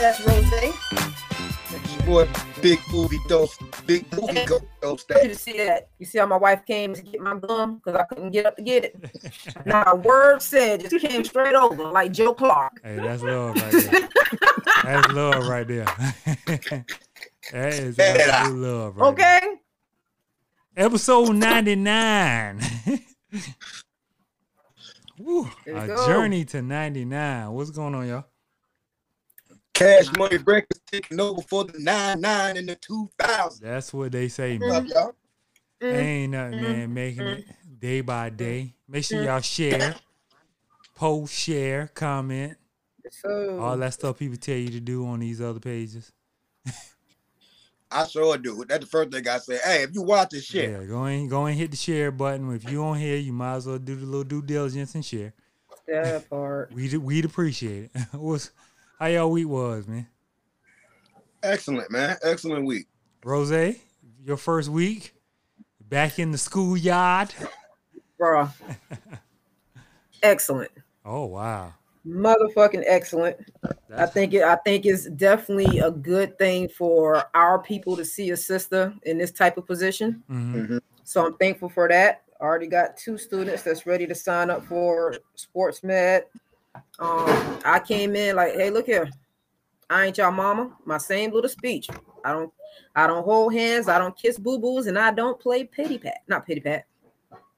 that's Rose. Your boy, big movie dose, big movie go dose. You see that? You see how my wife came to get my gum because I couldn't get up to get it. Not a word said, just came straight over like Joe Clark. Hey, that's love right there. That's love right there. that is Man, I- absolute love right there. Okay. Episode 99. Woo, There you a go. journey to 99. What's going on, y'all? Cash money breakfast taking over for the nine nine and the two thousand. That's what they say, man. Mm-hmm. Love y'all. Mm. Ain't nothing, man. Making it day Mm-hmm. by day. Make sure y'all share, post, share, comment, So all that stuff people tell you to do on these other pages. I sure do. That's the first thing I say. Hey, if you watch this shit, Yeah, go and go and hit the share button. If you on here, you might as well do the little due diligence and share. that part. We'd we'd appreciate it. What's how y'all week was, man? excellent, man. Excellent week. Rose, your first week back in the schoolyard. Bruh. excellent. Oh wow. Motherfucking excellent. I That's- think it, I think it's definitely a good thing for our people to see a sister in this type of position. mhm. So I'm thankful for that. I already got two students that's ready to sign up for sports med. Um, I came in like, hey, look here, I ain't y'all mama. My same little speech. I don't, I don't hold hands. I don't kiss boo boos, and I don't play pity pat. Not pity pat,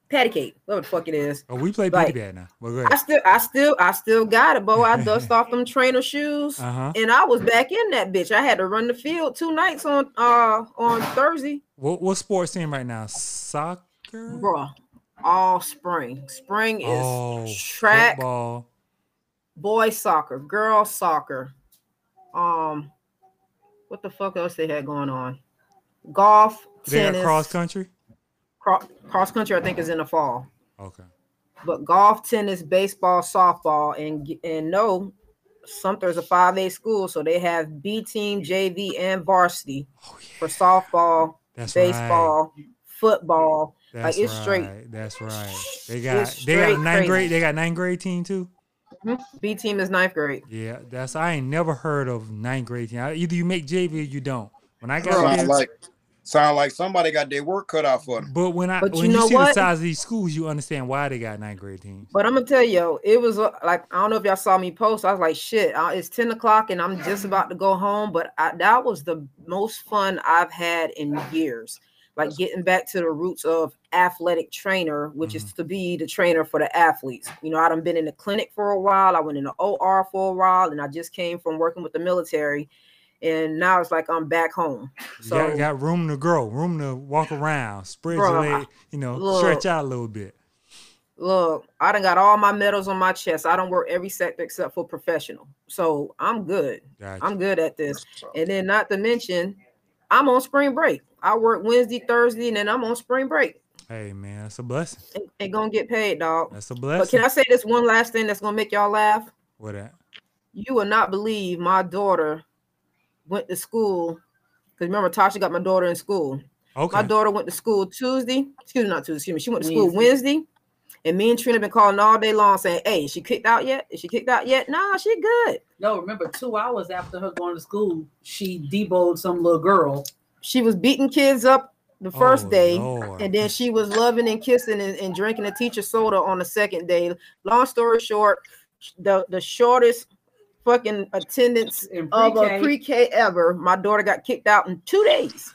patty cake. Whatever the fuck it is. Oh, we play like- Big Bad now. But go I ahead. still, I still, I still got it, bo. I dust off them trainer shoes Uh-huh. and I was back in that bitch. I had to run the field two nights on uh on Thursday, What what sports team right now? Soccer? bro. All spring. Spring is oh, track, football. boy soccer, girl soccer. Um, what the fuck else they had going on? Golf, They got tennis, cross country? cro- cross country. I think is in the fall, Okay. but golf, tennis, baseball, softball, and g- and no, Sumter's a five A school, so they have B team, JV, and varsity Oh yeah. for softball. That's right. baseball, football. That's it's straight. right. That's right. They got It's they got straight crazy. ninth grade. They got ninth grade team too. B team is ninth grade. Yeah, that's I ain't never heard of ninth grade team. I- Either you make JV or you don't. When I got Sound there, like sound like somebody got their work cut out for them. But when I But when you you, know see the what? size of these schools, you understand why they got ninth grade teams. But I'm gonna tell you, it was uh, like I don't know if y'all saw me post. I was like, shit, uh, it's ten o'clock and I'm just about to go home. But I, that was the most fun I've had in years. Like getting back to the roots of athletic trainer, which is to be the trainer for the athletes. You know, I done been in the clinic for a while. I went in the OR for a while, and I just came from working with the military. And now it's like I'm back home. You So got, got room to grow, room to walk around, spread Bruh, your leg, you know, look. stretch out a little bit. Look, I done got all my medals on my chest. I don't work every sector except for professional. So I'm good. Gotcha. I'm good at this. And then not to mention, I'm on spring break. I work Wednesday, Thursday, and then I'm on spring break. hey man, that's a blessing. Ain't, ain't gonna get paid, dog. That's a But can blessing. I say this one last thing that's gonna make y'all laugh? What that? You will not believe my daughter went to school. Because remember, Tasha got my daughter in school. Okay. My daughter went to school Tuesday. Excuse me, not Tuesday. Excuse me. She went to school Wednesday. And me and Trina been calling all day long saying, hey, is she kicked out yet? Is she kicked out yet? Nah, she good. No, remember, two hours after her going to school, she deboed some little girl. She was beating kids up the first Oh, day. Lord. And then she was loving and kissing and, and drinking a teacher soda on the second day. Long story short, the, the shortest fucking attendance In of a pre-K, pre-K ever. My daughter got kicked out in two days.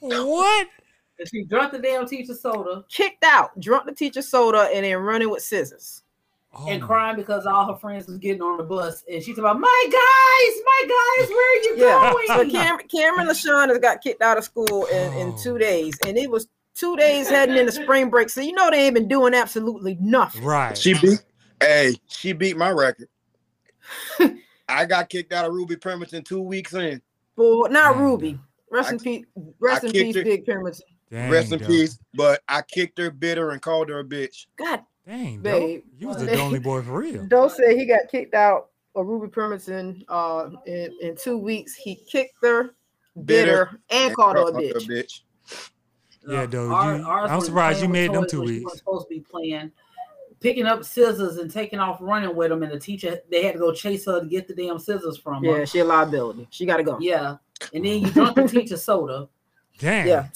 what? and she drunk the damn teacher soda Kicked out, drunk the teacher soda, and then running with scissors. Oh, and my- crying because all her friends was getting on the bus, and she's about, "My guys, my guys, where are you Yeah. So going?" Cameron, Cameron LaShawn has got kicked out of school in, Oh. in two days, and it was two days heading into spring break. So you know they ain't been doing absolutely nothing. Right. She beat. Hey, she beat my record. I got kicked out of Ruby Pemberton two weeks in. But not Dang, Ruby. Rest Mm. I- in peace. Rest I in kicked peace, her- Big Pemberton. Dang, Rest in dog. peace. But I kicked her bitter and called her a bitch. God, Dang, babe. Babe. You was the Babe. only boy for real. Doe said he got kicked out of Ruby Pemberton uh, in, in two weeks. He kicked her bitter, and called her a bitch. bitch. Yeah, dude, Our- you- ours I'm was surprised you playing with made them toys two when She weeks. was supposed to be playing picking up scissors and taking off running with them, and the teacher they had to go chase her to get the damn scissors from Yeah, her. she a liability. She got to go. Yeah, and then you drunk the teacher soda. Damn. Yeah.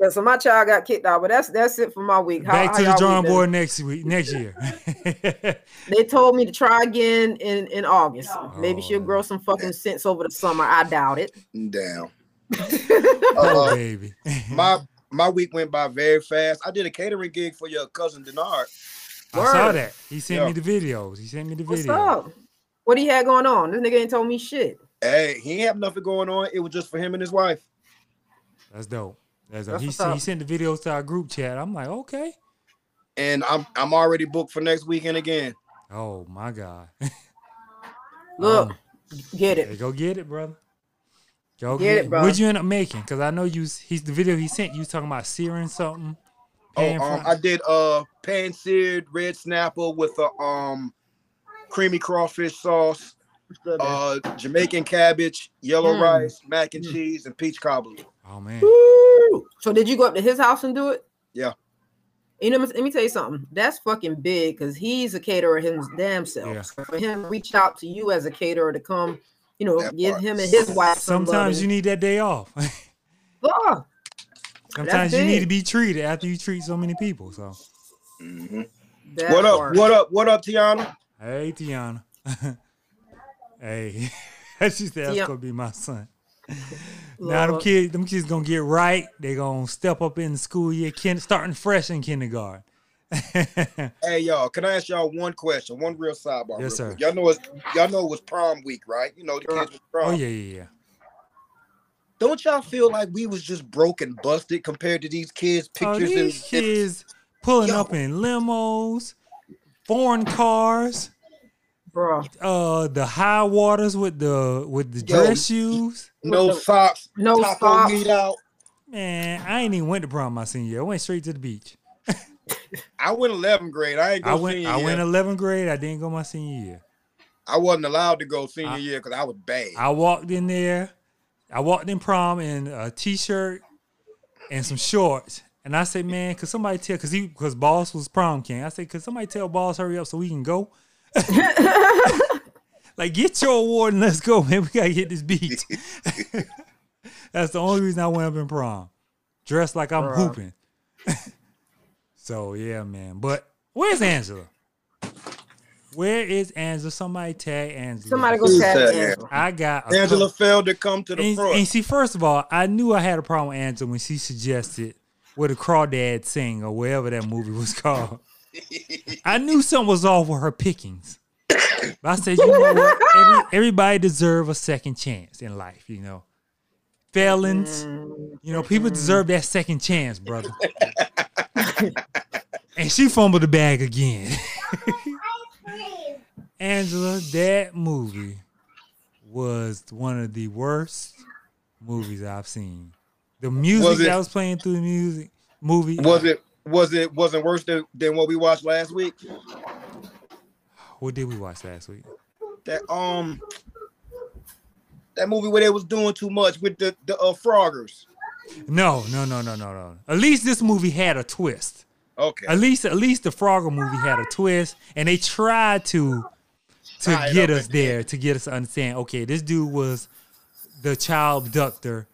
Yeah, so my child got kicked out, but that's that's it for my week. How- Back how to the y'all drawing week been? board next week, next year. They told me to try again in in August. No. Maybe she'll Oh. grow some fucking sense over the summer. I doubt it. Damn. oh, Uh, baby. my my week went by very fast. I did a catering gig for your cousin Denard. I saw Word. that. He sent me Yeah. the videos. He sent me the What's video. up? What he had going on? This nigga ain't told me shit. Hey, he ain't have nothing going on. It was just for him and his wife. That's dope. That's, dope. That's He, what's sen- he up. sent the videos to our group chat. I'm like, okay. And I'm I'm already booked for next weekend again. Oh my God. Look, Um, get hey, it. go get it, brother. Go Get get, it, it, brother. What'd you end up making? Because I know you. s- He's the video he sent. You was talking about searing something. Oh, pan um, fry- I did uh pan seared red snapper with a um creamy crawfish sauce, Oh, uh Jamaican cabbage, yellow Mm. rice, mac and Mm. cheese, and peach cobbler. oh man. Woo! So did you go up to his house and do it? Yeah. You know, let me tell you something. That's fucking big because he's a caterer his damn self. Yeah. So For him to reach out to you as a caterer to come, you know, That give part. him and his wife. some love Sometimes you and- need that day off. Fuck. Sometimes you need to big. be treated after you treat so many people. So, Mhm. Mm-hmm. That What up? part. What up? What up, Tiana? hey, Tiana. hey, she said that's Tia- gonna be my son. Now them Lord. kids, them kids gonna get right. They gonna step up in the school year, kin- starting fresh in kindergarten. Hey y'all, can I ask y'all one question? One real sidebar. Yes, real sir. quick. Y'all know it's y'all know it was prom week, right? You know the kids was prom. oh yeah, yeah, yeah. Don't y'all feel like we was just broke and busted compared to these kids' Oh, pictures? these and, and- kids pulling Yo. up in limos, foreign cars, bro. uh, the high waters with the with the Yo. dress shoes. no What the- socks, No taco socks. meat out. Man, I ain't even went to prom my senior year. I went straight to the beach. I went 11th grade. I ain't go I went. senior I year. went 11th grade. I didn't go my senior year. I wasn't allowed to go senior I- year because I was bad. I walked in there. I walked in prom in a t-shirt and some shorts. And I said, man, could somebody tell? Cause he, cause boss was prom king. I said, could somebody tell boss hurry up so we can go? like, get your award and let's go, man. We gotta get this beat. That's the only reason I went up in prom, dressed like I'm Bruh. hooping. so yeah, man. But where's Angela? Where is Angela? Somebody tag Angela. Somebody go Who's tag that? Angela. I got a Angela couple- failed to come to the and, front. and see, first of all, I knew I had a problem with Angela when she suggested what a crawdad sing or whatever that movie was called. I knew something was off with her pickings. But I said, you know what? Every, everybody deserve a second chance in life, you know. Felons, Mm. you know, people Mm-hmm. deserve that second chance, brother. and she fumbled the bag again. Angela, that movie was one of the worst movies I've seen. The music it- that was playing through the music movie was it? Was it? Wasn't worse than, than what we watched last week? What did we watch last week? That um, that movie where they was doing too much with the the uh, Froggers. No, no, no, no, no, no. At least this movie had a twist. Okay, At least, at least the Frogger movie had a twist, and they tried to to Tie it get up us at there, to get us to understand. Okay, this dude was the child abductor.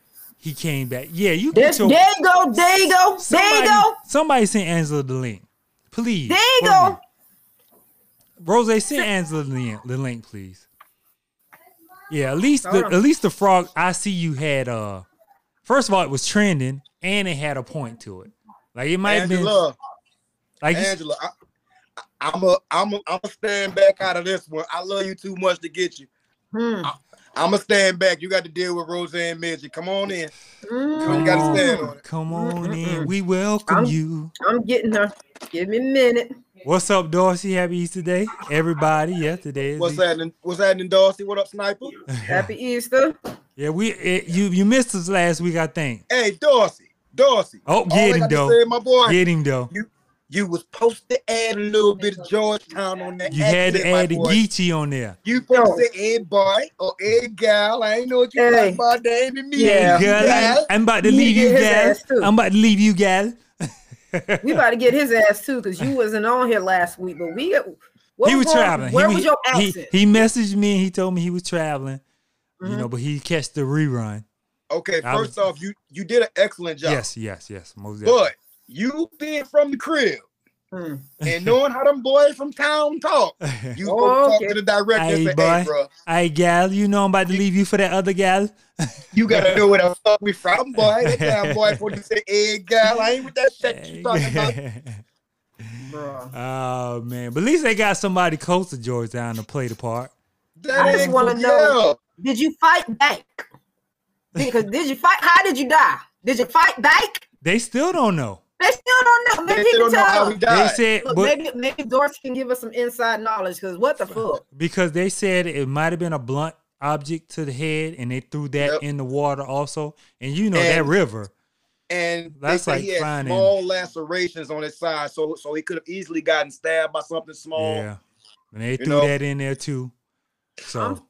He came back. Yeah, you There, get there your you go. There you go. there somebody, you go. Somebody send Angela the link, please. There you for go. me. Rose, send Angela the link, the link, please. Yeah, at least the, Hold on. at least the frog I see you had uh first of all it was trending and it had a point to it. Like it might have been Angela. like you- Angela, I, I, I'm a I'm a I'm a stand back out of this one. I love you too much to get you. Hmm. I'm a stand back. You got to deal with Roseanne Midget. Come on in. come, Mm. you gotta stand on on, it. come on in. Mm-mm-mm. We welcome I'm- you. I'm getting her. Give me a minute. What's up, Dorsey? Happy Easter Day. Everybody, yeah, today is What's Easter. happening? What's happening, Dawson? What up, Sniper? Happy Easter. Yeah, we it, you you missed us last week, I think. Hey, Dorsey. Dorsey. Oh, All I get him got to though. say, my boy. Get him though. You was supposed to add a little bit of Georgetown on that. You had to accent, my add the boy. Geechee on there. You supposed to say, "Hey boy" or "Hey gal." I ain't know what you Hey. talking about. That ain't me. Yeah, girl, gal. I'm about to You leave get you, his gal. ass, too. I'm about to leave you, gal. we about to get his ass too because you wasn't on here last week. But we, what he was wrong- traveling. Where he, was your he, accent? he messaged me and he told me he was traveling. You Mhm. know, but he catch the rerun. Okay, I first was- off, you you did an excellent job. Yes, yes, yes. Most But you being from the crib Mm. and knowing how them boys from town talk, definitely. you Oh, supposed to okay. talk to the director and Hey, say, boy. hey, bro, hey, gal, you know I'm about to leave you for that other gal. you gotta know where the fuck we from, boy. That damn boy supposed to say, hey, girl, I ain't with that shit you talking about. Bruh. oh man, but at least they got somebody close to Georgetown to play the part. That I just ain't wanna for know. real. Did you fight back? Because did you fight? How did you die? Did you fight back? They still don't know. They still don't know. Maybe They you don't can know tell. how we us. They died. said, Look, but maybe maybe Doris can give us some inside knowledge. Because what the fuck? because they said it might have been a blunt object to the head, and they threw that Yep. in the water also. And you know that And- river. and they That's say like he had finding- small lacerations on his side, so so he could have easily gotten stabbed by something small. Yeah, and they threw know. that in there too. So I'm-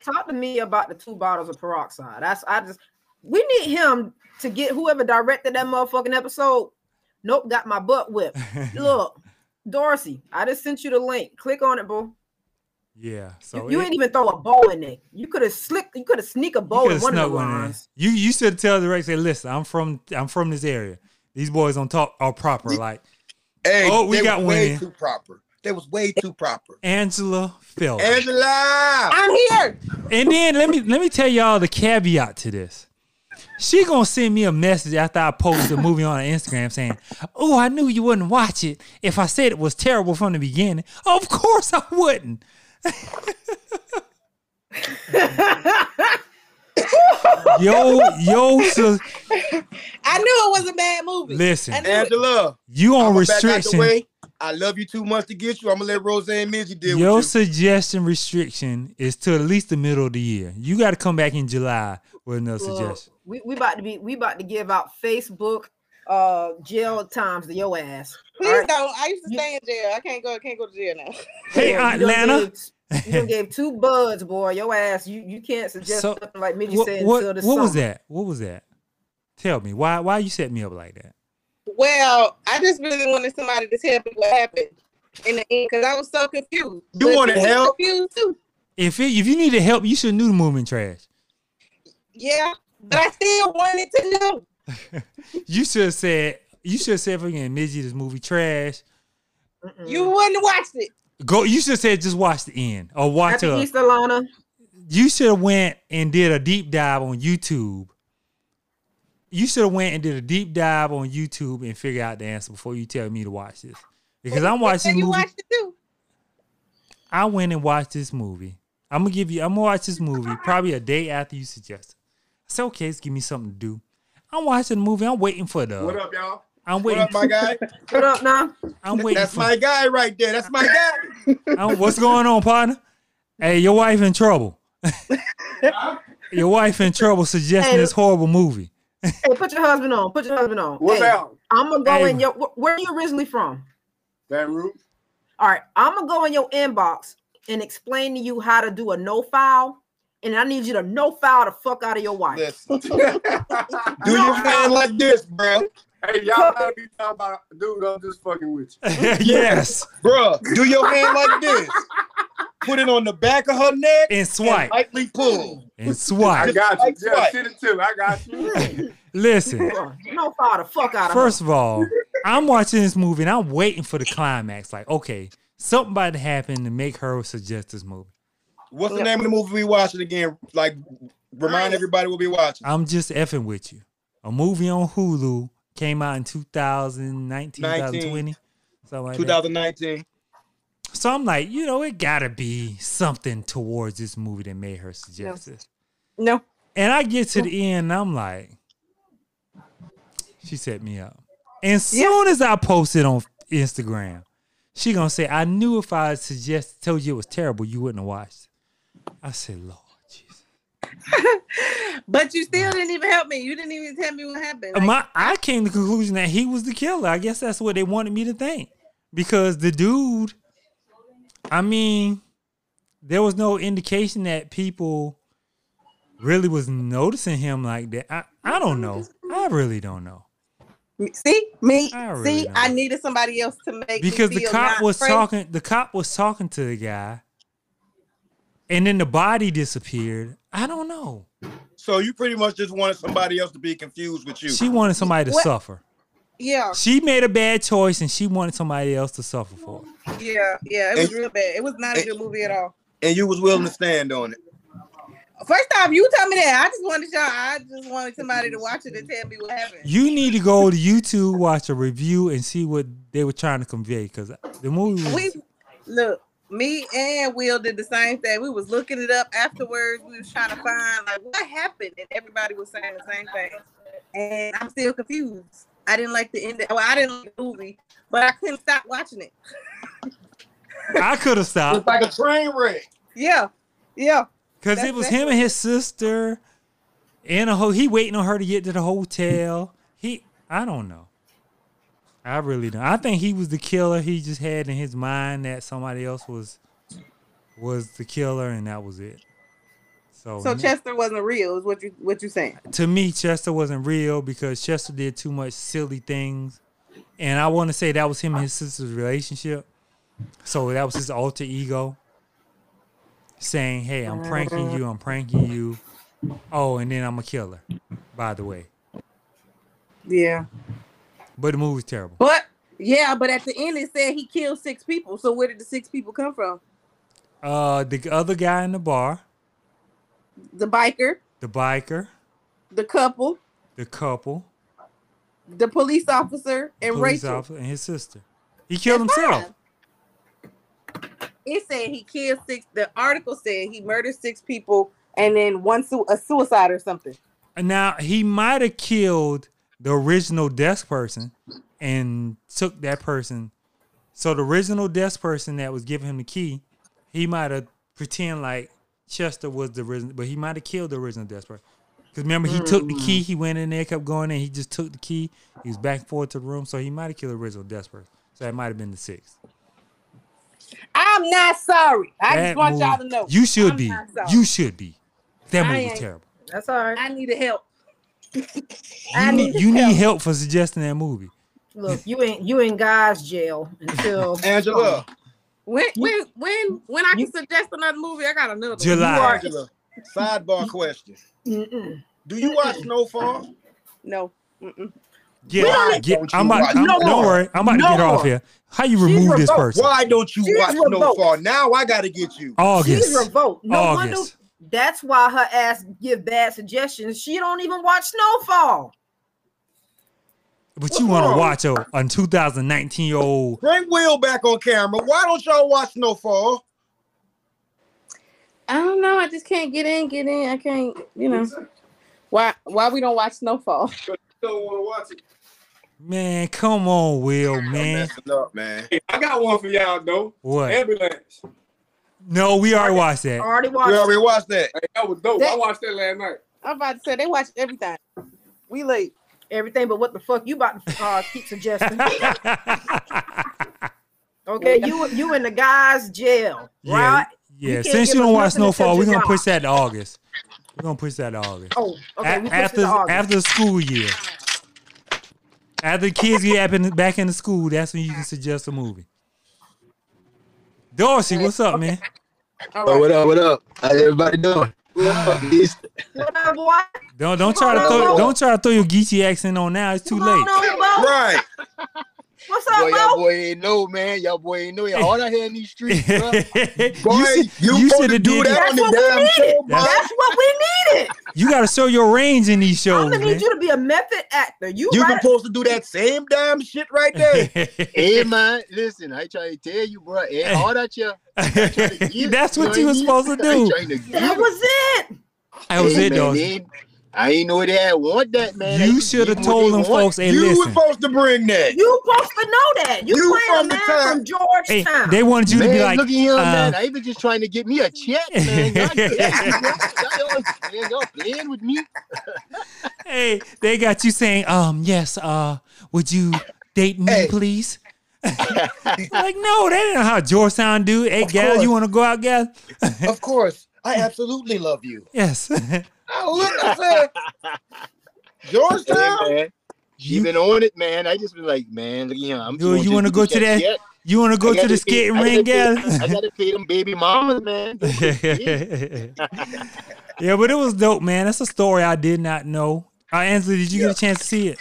Talk to me about the two bottles of peroxide. That's I just we need him to get whoever directed that motherfucking episode. Nope, got my butt whipped. Look, Dorsey, I just sent you the link. Click on it, bro. yeah, so You, you it- ain't even throw a bow in it. You could have slick. You could have sneak a bow in coulda one of the snuck one in. lines. You you should tell the director, say, listen, I'm from I'm from this area. These boys don't talk all proper. Ye- Like Hey, Oh, we they got was one way in. too proper. They was way too proper. Angela Phil. Angela, and then let me let me tell y'all the caveat to this. She gonna send me a message after I post the movie on her Instagram saying, "Oh, I knew you wouldn't watch it if I said it was terrible from the beginning." Of course I wouldn't. yo, yo, sis- I knew it was a bad movie. Listen. I knew it. Angela, you on I'ma back out the restriction. way. I love you too much to get you. I'm gonna let Rose and Midget deal Your with you. suggestion restriction is to at least the middle of the year. You got to come back in July with another Look, suggestion. We we about to be we about to give out Facebook uh jail times to your ass. Please Alright. don't. I used to You- stay in jail. I can't go. I can't go to jail now. Hey, Yeah, Aunt you done Lana. Gave, you done gave two buds, boy. Your ass. You you can't suggest So, something like Midget What, said what, until the what was summer. that? What was that? Tell me why? Why you set me up like that? Well, I just really wanted somebody to tell me what happened in the end because I was so confused. You But wanted was help? Confused too. If it, if you needed help, you should knew the movement trash. Yeah, but I still wanted to know. You should have said. You should have said again, Midgie, this movie trash. Mm-mm. Mm. You wouldn't watch it. Go. You should have said just watch the end or watch Happy up. Easter, Lana. you should have went and did a deep dive on YouTube. You should have went and did a deep dive on YouTube and figure out the answer before you tell me to watch this. Because I'm watching this You movie. watched it too. I went and watched this movie. I'm gonna give you. I'm gonna watch this movie probably a day after you suggested. I said, okay, let's give me something to do. I'm watching the movie. I'm waiting for the. What up, y'all? I'm What waiting. up, my guy? What up now? I'm waiting. That's for, my guy right there. That's my guy. I'm- what's going on, partner? Hey, your wife in trouble. your wife in trouble suggesting Hey. this horrible movie. Hey, put your husband on. Put your husband on. What hey, about I'm gonna go Hey. in your. wh- Where you originally from? Baton Rouge? All right, I'm gonna go in your inbox and explain to you how to do a no file, and I need you to no file the fuck out of your wife. Listen, do hey, your thing like this, bro. y'all gotta be talking about dude. I'm just fucking with you. yes. Bruh, do your hand like this. Put it on the back of her neck and swipe lightly pull. and I swipe. got you. Like Yeah, what? shit it too. I got you. Listen, Bruh, no file the fuck out of her. first of all, I'm watching this movie and I'm waiting for the climax. Like, okay, something about to happen to make her suggest this movie. What's the name of the movie we watching again? Like, remind everybody what we watching. I'm just effing with you. A movie on Hulu came out in 2019, 2020. Something like that. 2019. So I'm like, you know, it gotta be something towards this movie that made her suggest this. No. And I get to the end, and I'm like, she set me up. And soon as I post it on Instagram, she gonna say, I knew if I suggested told you it was terrible, you wouldn't have watched it. I said, Lord Jesus. But you still didn't even help me. You didn't even tell me what happened. Like, My I came to the conclusion that he was the killer. I guess that's what they wanted me to think. Because the dude, I mean, there was no indication that people really was noticing him like that. I, I don't know. I really don't know. See me. I really see, don't. I needed somebody else to make me because the feel cop not was afraid. talking the cop was talking to the guy and then the body disappeared i don't know So you pretty much just wanted somebody else to be confused with you. she wanted somebody to What? suffer Yeah, she made a bad choice and she wanted somebody else to suffer for it. yeah, yeah. It was And- real bad. It was not a and- good movie at all. and you was willing to stand on it. First off, you tell me that. I just wanted y'all. I just wanted somebody to watch it and tell me what happened. you need to go to youtube watch a review and see what they were trying to convey because the movie was, We look. Me and Will did the same thing. We was looking it up afterwards. We was trying to find like what happened, and everybody was saying the same thing. And I'm still confused. I didn't like the end. Well, I didn't like the movie, but I couldn't stop watching it. i could have It's stopped like a train wreck. Yeah, yeah. because it That's was it. him and his sister and a ho- he waiting on her to get to the hotel he i don't know i really don't i think he was the killer he just had in his mind that somebody else was was the killer and that was it so, So Chester wasn't real, is what you what you saying? to me chester wasn't real because chester did too much silly things and i want to say that was him and his sister's relationship so that was his alter ego saying hey i'm pranking you i'm pranking you oh and then i'm a killer by the way Yeah. but the movie's terrible But yeah, but at the end it said he killed six people. So where did the six people come from? uh the other guy in the bar The biker, the biker the couple, the couple the police officer, and police Rachel. officer and his sister he killed That's himself fine. It said he killed six. The article said he murdered six people and then one su- a suicide or something. Now he might have killed the original desk person and took that person. So the original desk person that was giving him the key, he might have pretend like Chester was the original, but he might have killed the original desk person. Because remember, he took the key. He went in there, kept going, and he just took the key. He was back and forth to the room, so he might have killed the original desk person. So that might have been the sixth. I'm not sorry. I That just want y'all to movie- know. You should Oh, I'm be. not sorry. You should be. That I movie was ain't- terrible. That's all right. I need help. You I need, need you help. need help for suggesting that movie. Look, you ain't you in guys jail until Angela, When when when when I can You- suggest another movie, I got another. one. July. are- Angela, sidebar question. Mm-mm. Do you watch Snowfall? No. Mm-mm. We don't Get, need- get, Don't you I'm about, watch- I'm, No don't more. worry. I'm about No to get off more. here. How you She's remove this revoked. person? Why don't you She's watch revoked. Snowfall? Now I gotta get you. She's August. revoked. No August. wonder that's why her ass give bad suggestions. She don't even watch Snowfall. But What's you want to wrong? watch a, a 2019 year old. Bring Will back on camera. Why don't y'all watch Snowfall? I don't know. I just can't get in. Get in. I can't. You know. Why? Why we don't watch Snowfall? Don't want to watch it. Man, come on, Will, man. Messing up, man. Hey, I got one for y'all though. What? Ambulance. No, we already watched that. Already watched. We already watched that. Hey, that was dope. I That- watched that last night. I'm about to say they watch everything. We late. everything, but what the fuck you about to uh, keep suggesting? Okay, you you in the guys jail, yeah, right? yeah. can't since give you don't us watch nothing until Snowfall, we're going July. to push that to August. We're going to push that to August. Oh, okay. A- we pushed it after to August. after the school year. After the kids get up in, back into school, that's when you can suggest a movie. Dorsey, what's up, man? All Oh, right. what up? What up? How everybody doing? It's- What up, boy? Don't don't try to Come on throw over. don't try to throw your Geechee accent on now. It's too Come on late. over, Bo. Right. What's boy, up, y'all Bo? boy ain't know, man. Y'all boy ain't know. Y'all all out here in these you streets, bro. Boy, should you, you supposed to should do did. that on That's the what we damn needed. show, bro. That's what we needed. You got to show your range in these I'm shows, gonna man. need you to be a method actor. You, You right? supposed to do that same damn shit right there. Hey man, listen, I try to tell you, bro. Hey, all that you. that's what you were supposed to do. I, ain't trying to get That it. was it. That was Hey, it, man, though. they ain't- I ain't know they had want that, man. They You just should have give what told they them want. folks, hey, you were listen. supposed to bring that. You supposed to know that. You, You playing from a the man time- from Hey, Georgetown. they wanted you to man, be like, look at him, uh, man. I even just trying to get me a check, man. Y'all, y'all, y'all, y'all playing with me. hey, they got you saying, um, yes, uh, would you date me, Hey. please? like, no, that ain't how Georgetown do. Hey, Of gal, course. you want to go out, gal? Of course, I absolutely love you. Yes. Oh, look, I said, Georgetown. Hey, man. You've been on it, man. I just been like, man, look, you know, I'm. Yo, you wanna go to that- You want to go to the skating ring, gal? I gotta pay them baby mamas, man. yeah, but it was dope, man. That's a story I did not know. Uh, Ansley, did you get a chance to see it?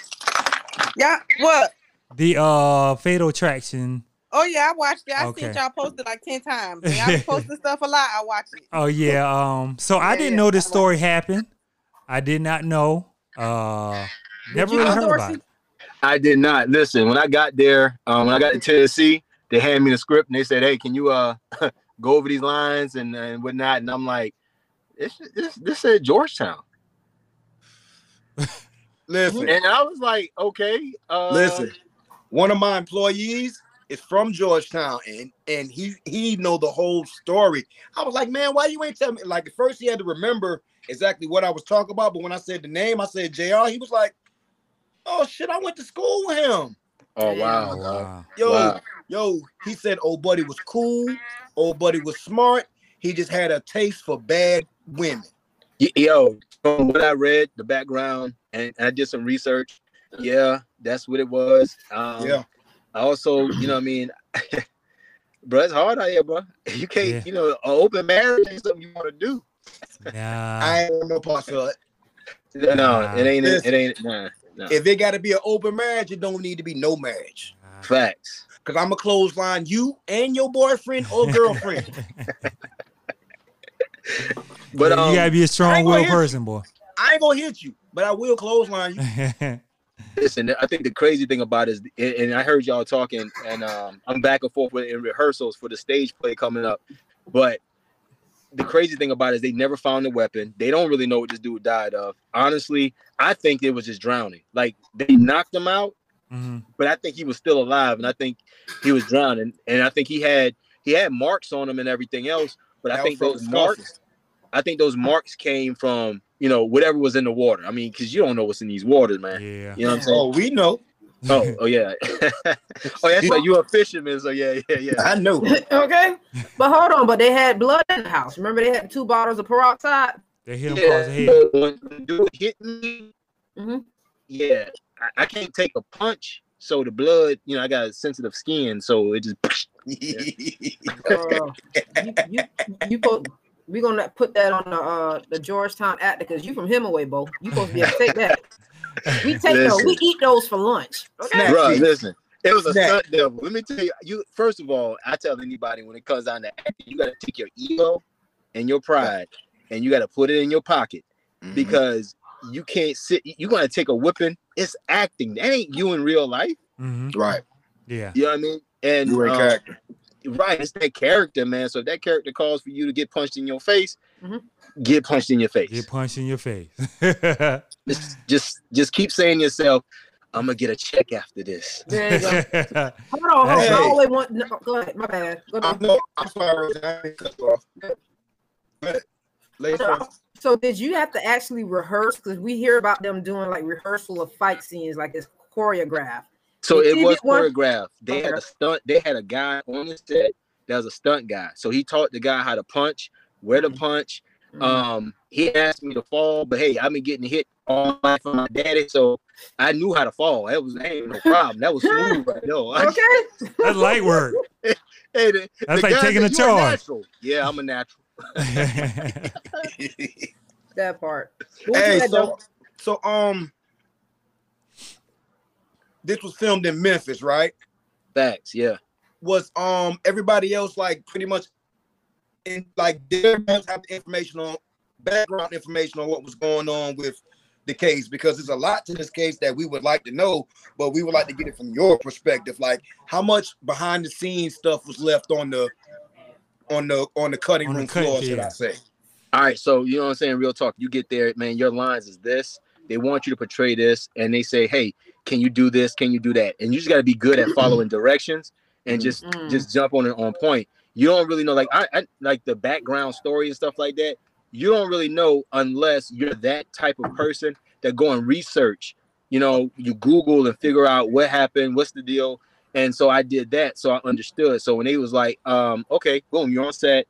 Yeah, what? The uh Fatal Attraction. Oh yeah, I watched it. I seen Okay. y'all post it like ten times. And I was posting stuff a lot. I watch it. Oh yeah. Um. So I Yeah, didn't yeah, know this I like story happened. I did not know. Uh. Never you really know heard Dorsey? about it. I did not listen. When I got there, um, when I got to Tennessee, they handed me the script and they said, "Hey, can you uh go over these lines and and whatnot?" And I'm like, "This this this said Georgetown," Listen, and I was like, "Okay, uh, listen. One of my employees is from Georgetown, and and he he know the whole story. I was like, man, why you ain't tell me? Like, at first he had to remember exactly what I was talking about, but when I said the name, I said Jr. He was like, oh shit, I went to school with him. Oh wow, Oh, dog. wow. Yo, Wow. yo, he said old buddy was cool, old buddy was smart. He just had a taste for bad women. Y- yo, from what I read, the background, and I did some research. Yeah, that's what it was. Um, Yeah. I also, you know, what I mean, bro, it's hard out here, bro. You can't, Yeah. you know, an open marriage ain't something you want to do. Nah. I um. ain't on no parts of it. No, Nah. it ain't. It Listen. ain't. Nah, nah. If it got to be an open marriage, it don't need to be no marriage. Facts. Cause I'm a clothesline you and your boyfriend or girlfriend. But Yeah, um, you gotta be a gonna strong-willed hit you. person, boy. I ain't gonna hit you, but I will clothesline you. Mm-hmm. listen, I think the crazy thing about it is, and- and I heard y'all talking, and um, I'm back and forth with in rehearsals for the stage play coming up. But the crazy thing about it is they never found the weapon. They don't really know what this dude died of. Honestly, I think it was just drowning. Like they knocked him out, Mhm. but I think he was still alive, and I think he was drowning, and I think he had he had marks on him and everything else. But I That was think from those the marks, I think those marks came from you know whatever was in the water. I mean, because you don't know what's in these waters, man. Yeah. You know what I'm saying? Oh, we know. Oh, oh yeah. oh, that's right. You're a fisherman, so yeah, yeah, yeah. I know. okay, but hold on. But they had blood in the house. Remember, they had two bottles of peroxide. They hit him yeah. across the head. but When the dude hit me, Mhm. yeah, I, I can't take a punch. So the blood, you know, I got sensitive skin, so it just. Girl, you, you, you po- we gonna put that on the uh the Georgetown act because you from Hemingway, Bo. You supposed to be able to take that. We take those. We Listen. eat those for lunch. Okay. Bruh, listen. It was a Snap. stunt devil. Let me tell you, you first of all, I tell anybody when it comes down to acting, you gotta take your ego and your pride and you gotta put it in your pocket because you can't sit you're gonna take a whipping. It's acting. That ain't you in real life. hmm right. Yeah. You know what I mean? And You ain't um, character. right, it's that character, man. So if that character calls for you to get punched in your face, Mhm. get punched in your face. Get punched in your face. Just, just, just keep saying to yourself, "I'm gonna get a check after this." There you go. yeah. Hold on, hold on. Hey. I always want. No, go ahead. My bad. Go I ahead. know. I'm sorry, Roseanne, I didn't cut you off. But ladies first. So did you have to actually rehearse? Because we hear about them doing like rehearsal of fight scenes, like it's choreographed. So You it see was that one? choreographed. They had Okay. a stunt. They had a guy on the set that was a stunt guy. So he taught the guy how to punch, where Mm-hmm. to punch. Um, he asked me to fall, but hey, I've been getting hit all my life from my daddy, so I knew how to fall. That was that ain't no problem. That was smooth. Right? No, I, Okay. That's light work. Hey, the, That's like guy taking a said, "You charge." natural." Yeah, I'm a natural. That part. What was Hey, that, so though? so um this was filmed in Memphis, right? Facts. Yeah. Was um everybody else like pretty much in like did everybody else have the information on background information on what was going on with the case because there's a lot to this case that we would like to know, but we would like to get it from your perspective. Like how much behind the scenes stuff was left on the on the on the cutting On the room cutting floor, should I field. say? All right. So you know what I'm saying? Real talk. You get there, man. Your lines is this. They want you to portray this, and they say, "Hey, can you do this? Can you do that?" And you just got to be good at following directions and just Mm. just jump on it on point. You don't really know, like I, I like the background story and stuff like that. You don't really know unless you're that type of person that go and research. You know, you Google and figure out what happened, what's the deal. And so I did that, so I understood. So when they was like, um, "Okay, boom, you're on set."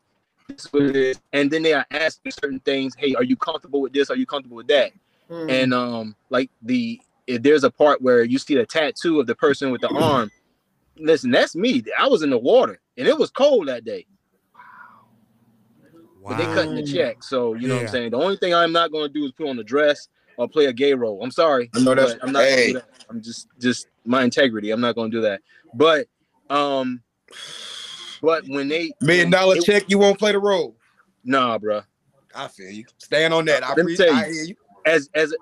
This is what it is. And then they are Mm-hmm. asking certain things. Hey, are you comfortable with this? Are you comfortable with that? Mm. and um like the if there's a part where you see the tattoo of the person with the Mm-hmm. arm, listen, that's me. I was in the water and it was cold that day. But they cutting the check. So you know what Yeah. I'm saying. The only thing I'm not gonna do is put on a dress or play a gay role. I'm sorry. I know that's- but I'm not hey. gonna do that. I'm just just my integrity. I'm not gonna do that. But um but when they Million dollar it- check, you won't play the role. Nah, bruh. I feel you. Stand on that. I, Let pre- me tell I you. hear you. as as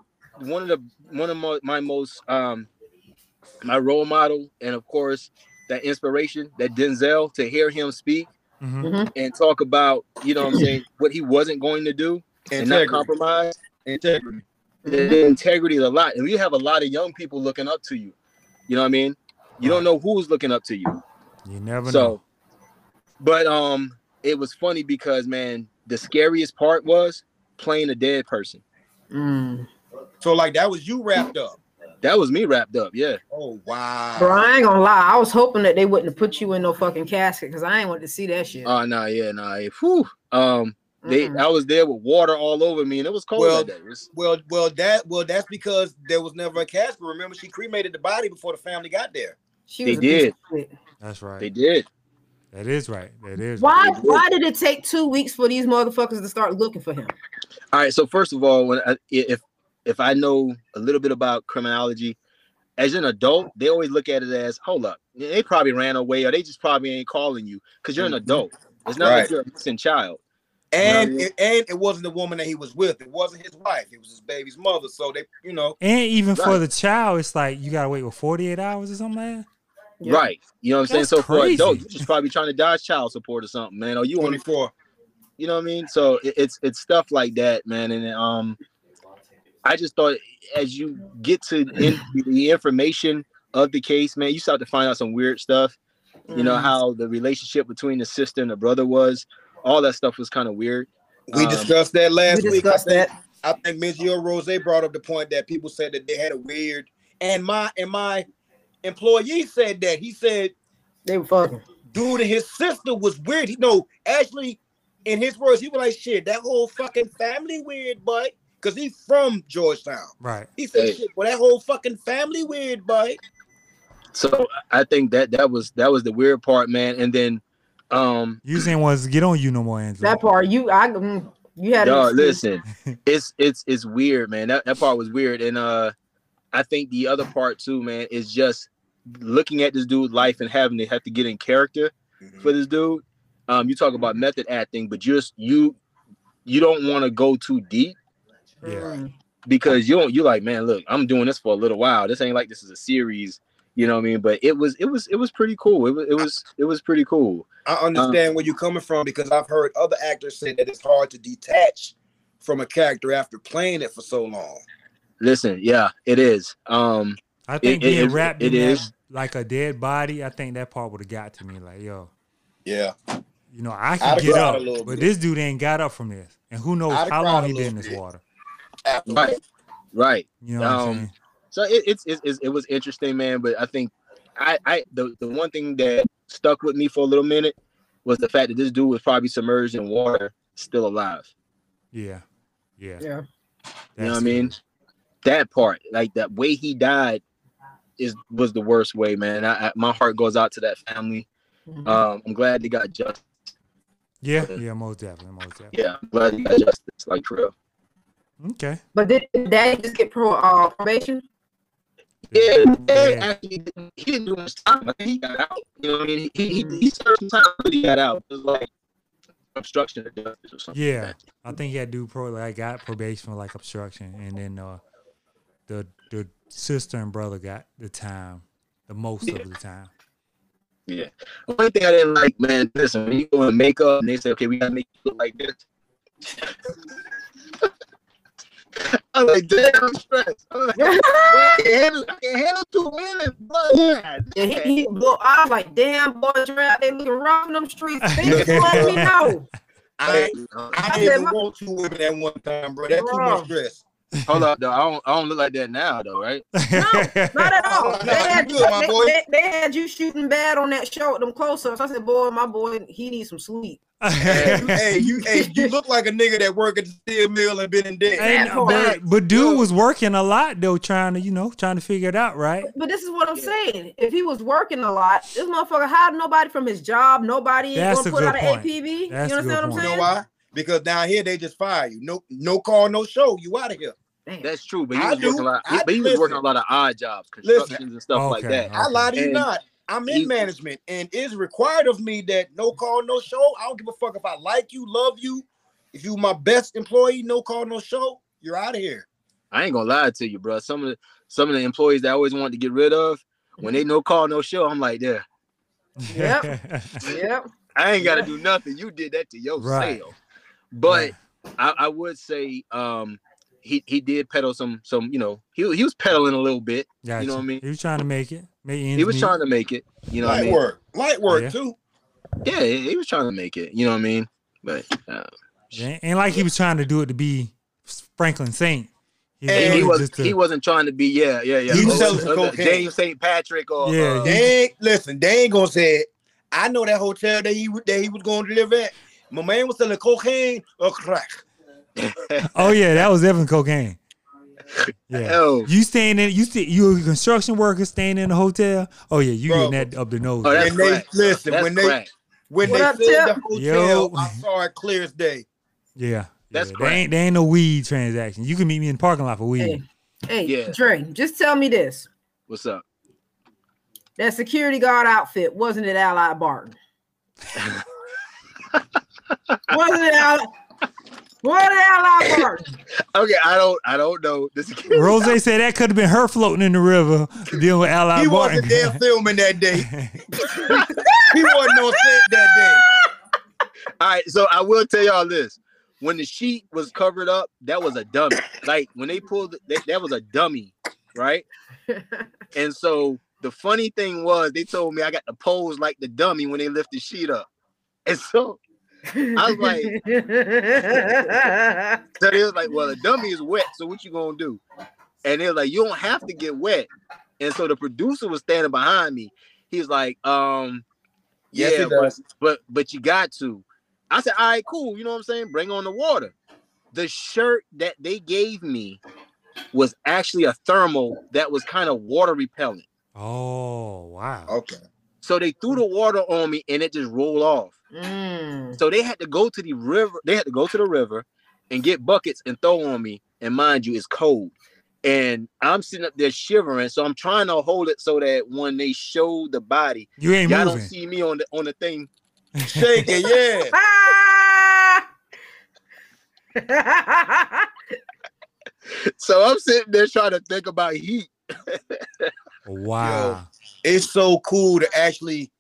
one of the one of my, my most um my role model and of course that inspiration that Denzel to hear him speak Mhm. and talk about you know what I'm saying what he wasn't going to do and not Integrity. compromise Integrity. the, the integrity of a lot and you have a lot of young people looking up to you you know what I mean you don't Right. know who's looking up to you You never know. so, but um, it was funny because man, the scariest part was playing a dead person. Mm. So like that was you wrapped up. That was me wrapped up. Yeah, Oh wow. Bro, I ain't gonna lie. I was hoping that they wouldn't put you in no fucking casket because I ain't want to see that shit. Oh, nah, yeah, nah. yeah. Whew. Um, they, Mm-hmm. Mm-mm. I was there with water all over me, and it was cold Well- that day. It was- Well, well, that well, that's because there was never a Casper. Remember, she cremated the body before the family got there. she they was a piece did. of shit. That's right. they did. that is right. That is right. Why? did. Why did it take two weeks for these motherfuckers to start looking for him? All right. So first of all, when I, if if I know a little bit about criminology, as an adult, they always look at it as, hold up, they probably ran away, or they just probably ain't calling you because you're an Mhm. adult. It's not Right. like you're a missing child. And Right. it, and it wasn't the woman that he was with. It wasn't his wife. It was his baby's mother. So they, you know, And even for Right. the child, it's like you gotta wait what forty eight hours or something like that. Yeah. Right. You know what I'm saying? That's So for an adult, crazy. you're just probably trying to dodge child support or something, man. Or you want twenty to, four. you know what I mean? So it, it's it's stuff like that, man. And um I just thought as you get to in, the information of the case, man, you start to find out some weird stuff. You know Mm. how the relationship between the sister and the brother was. All that stuff was kind of weird. We Um, discussed that last we week. discussed I think, that. I think Mizio Rose brought up the point that people said that they had a weird. And my and my employee said that he said They were fucking. dude and his sister was weird. He no, actually, in his words, he was like, "Shit, that whole fucking family weird, but because he's from Georgetown." Right. He said, Hey. "Shit, well, that whole fucking family weird, but So I think that that was that was the weird part, man. And then um You just ain't want us to get on you no more, Angela. That part, you, I, mm, you had. an Yo, excuse. listen, it's it's it's weird, man. That that part was weird, and uh, I think the other part too, man, is just looking at this dude's life and having to have to get in character for this dude. Um, you talk about method acting, but just you you don't want to go too deep Yeah. Mm. because you don't you like, man, look, I'm doing this for a little while. This ain't like this is a series, you know what I mean? But it was it was it was pretty cool. It was it was it was pretty cool. I understand where you're coming from because I've heard other actors say that it's hard to detach from a character after playing it for so long. Listen, yeah, it is. Um, I think it- being it- wrapped it in is. that like a dead body, I think that part would have got to me. Like, yo, Yeah, you know, I I'd can have get cried up, a little but bit. this dude ain't got up from this, and who knows I'd have how cried long a he been little in this bit. water. after right, right. You know what I'm Um, saying? so it, it's, it's, it's it was interesting man but i think i i the, the one thing that stuck with me for a little minute was the fact that this dude was probably submerged in water still alive Yeah. Yeah. Yeah. you know what i That's mean good. that part like that way he died is was the worst way man I, I, my heart goes out to that family Mhm. um i'm glad they got justice Yeah. uh, Yeah. Most definitely. Most definitely. yeah i'm glad they got justice like for real Okay. But did Daddy just get pro, uh, probation? yeah, Dad Yeah. actually didn't- he didn't do much time i think he got out you know what i mean he, he, he served some time but he got out it was like obstruction of justice or something Yeah. I think he had do pro like got probation for like obstruction, and then uh, the the sister and brother got the time, the most of the time. Yeah. One thing I didn't like, man, listen, when you go in makeup and they say, okay, we gotta make you look like this. I'm like, damn, I'm stressed. I'm like, yeah, I can handle, I can handle two minutes, but yeah. he, he, well, I was like, damn, boy, Dre, they looking rough in them streets. They just let me know. I, Uh, I didn't want two women at one time, bro. That's too Bro. much stress. Hold up, though. I don't, I don't look like that now, though, right? Not at all. No, They had, you good, my they- boy. they- they had you shooting bad on that show with them close-ups. I said, boy, my boy, he needs some sleep. hey, hey, you, hey, you look like a nigga that work at the steel mill and been in debt. And- that but, part. but dude was working a lot though, trying to you know trying to figure it out, right? But this is what I'm saying. If he was working a lot, this motherfucker hired nobody from his job. Nobody ain't That's gonna a put out good an point. APB. That's a you understand good what I'm point. You saying? know why? Because down here they just fire you. No, no call, no show. You out of here. Damn. That's true, but he I was working do. a lot. I- but he was working a listen. lot of odd jobs, Listen. constructions and stuff like Okay, that. I lie to you And- not. I'm in You- management, and it's required of me that no call, no show. I don't give a fuck if I like you, love you. If you my best employee, no call, no show. You're out of here. I ain't gonna lie to you, bro. Some of the some of the employees that I always wanted to get rid of, when Mm-hmm. they no call, no show, I'm like, yeah, Yep. Yep. I ain't gotta do nothing. You did that to yourself. Right. But I, I would say um he, he did pedal some some, you know, he he was pedaling a little bit. Gotcha. what I mean? He was trying to make it. Make ends He was meet. trying to make it, you know. What I light mean? work, light work Yeah. too. Yeah, he he was trying to make it, you know what I mean? But uh, Ain't ain't like he was trying to do it to be Franklin Saint. He And And doing he it was just to- he wasn't trying to be yeah yeah yeah. He was Oh, selling uh, cocaine. James St. Patrick or Yeah, uh, he- They ain't listen. They ain't gonna say it. I know that hotel that he that he was going to live at. My man was selling cocaine or crack. Oh yeah, that was Evan cocaine. Yeah. oh, You staying in you stay, you a construction worker staying in a hotel? Oh yeah, you Bro. getting that up the nose. oh that's When they- crack. listen, that's when they- crack. When What they up, said Tip? the hotel, Yo. I saw it clear as day. yeah. That's yeah. crack. They ain't they ain't no weed transaction. You can meet me in the parking lot for weed. Hey, hey, Yeah. Dre, just tell me this. What's up? That security guard outfit wasn't it Ally Barton? wasn't it Ally? What Ally Barton? Okay, I don't I don't know. This is Rose said that could have been her floating in the river dealing with Ally he Barton. wasn't there filming that day. he wasn't on set that day. All right, so I will tell y'all this: when the sheet was covered up, that was a dummy. Like when they pulled, that, that was a dummy, right? And so the funny thing was, they told me I got to pose like the dummy when they lift the sheet up. And so, I was like- so they was like, "Well, the dummy is wet, so what you gonna do?" And they was like, "You don't have to get wet." And so the producer was standing behind me. He's like, "Um, Yes, yeah, it does. but but you got to. I said, all right, cool. You know what I'm saying? Bring on the water. The shirt that they gave me was actually a thermal that was kind of water repellent. oh wow. Okay. So they threw the water on me and it just rolled off. Mm. So they had to go to the river. They had to go to the river and get buckets and throw on me. And mind you, it's cold. And I'm sitting up there shivering. So I'm trying to hold it so that when they show the body, You ain't y'all don't moving. see me on the on the thing. Shake it, yeah. Ah! So I'm sitting there trying to think about heat. Wow. It's so cool to actually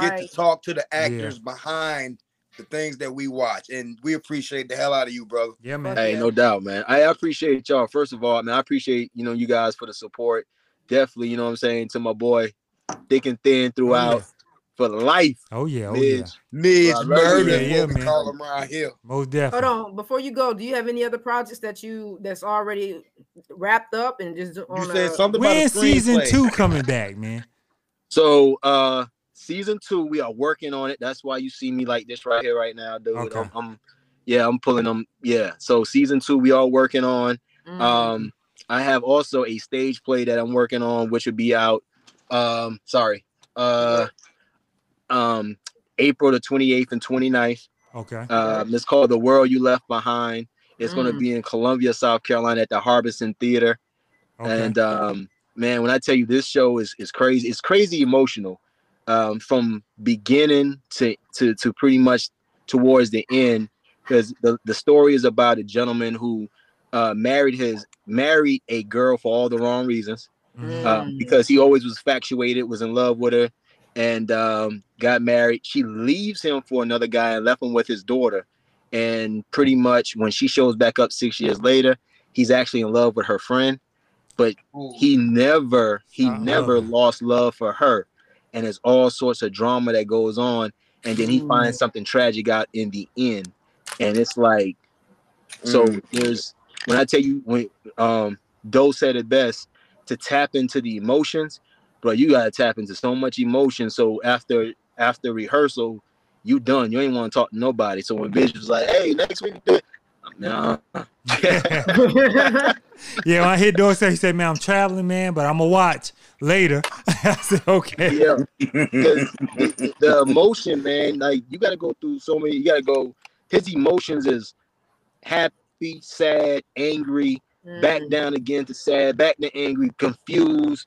get right. to talk to the actors behind the things that we watch. And we appreciate the hell out of you, brother. Yeah, man. Hey, no doubt, man. I I appreciate y'all. First of all, man, I appreciate you know you guys for the support. Definitely, you know what I'm saying to my boy, thick and thin throughout for life. Oh yeah, oh yeah. Midge. Midge Right, right, Murder yeah, is yeah, what we man. call him around here. Most definitely. Hold on, before you go, do you have any other projects that you that's already wrapped up and just You on a, said something about When a season screenplay. two coming back, man? So uh season two, we are working on it. That's why you see me like this right here, right now, dude. Okay. I'm, I'm- yeah, I'm pulling them. Yeah. So season two, we are working on. Mm. Mm-hmm. Um, I have also a stage play that I'm working on, which will be out. Um, sorry. Uh, um, April the 28th and 29th. Okay. Um, it's called The World You Left Behind. It's going to Mm. be in Columbia, South Carolina at the Harbison Theater. Okay. And um, man, when I tell you this show is is crazy, it's crazy emotional um, from beginning to to to pretty much towards the end because the the story is about a gentleman who uh, married his married a girl for all the wrong reasons Mhm. uh, Mm. because he always was infatuated, was in love with her, and um, got married. She leaves him for another guy and left him with his daughter. And pretty much when she shows back up six years later, he's actually in love with her friend. But he never, he I love never that. lost love for her. And it's all sorts of drama that goes on. And then he Mm. finds something tragic out in the end. And it's like, so Mm. there's when I tell you when um Doe said it best to tap into the emotions, bro, you gotta tap into so much emotion. So after after rehearsal, you done. You ain't want to talk to nobody. So when Bitch was like, "Hey, next week," do it," I'm, nah. uh, yeah, when I hit door, he said, "Man, I'm traveling, man, but I'm gonna watch later." I said, "Okay." yeah, 'Cause the, the emotion, man, like you gotta go through so many. You gotta go. His emotions is happy, sad, angry, Mm-hmm. back down again to sad, back to angry, confused.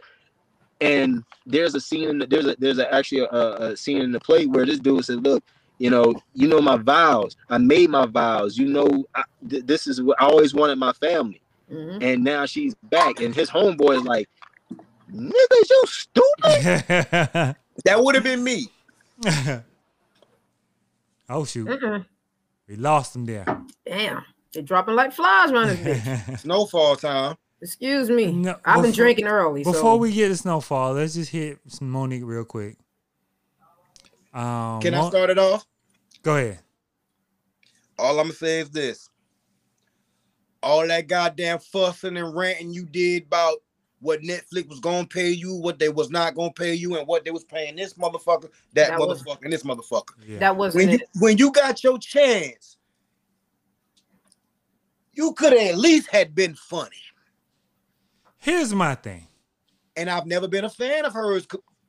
And there's a scene in the, there's a there's a, actually a, a scene in the play where this dude said, "Look, you know, you know my vows. I made my vows. You know, I, th- this is what I always wanted my family, Mhm. and now she's back." And his homeboy is like, "Niggas, you stupid." That would have been me. oh shoot, Mm-mm. we lost him there. Mm-hmm. Damn, they're dropping like flies around this bitch. Snowfall time. Excuse me. No, I've been befo- drinking early. Before so. we get to snowfall, let's just hit some Monique real quick. Um, Can I Mon- start it off? Go ahead. All I'm gonna say is this: all that goddamn fussing and ranting you did about what Netflix was gonna pay you, what they was not gonna pay you, and what they was paying this motherfucker, that, That was- motherfucker, and this motherfucker. Yeah. That wasn't When you it. when you got your chance, you could have at least had been funny. Here's my thing. And I've never been a fan of hers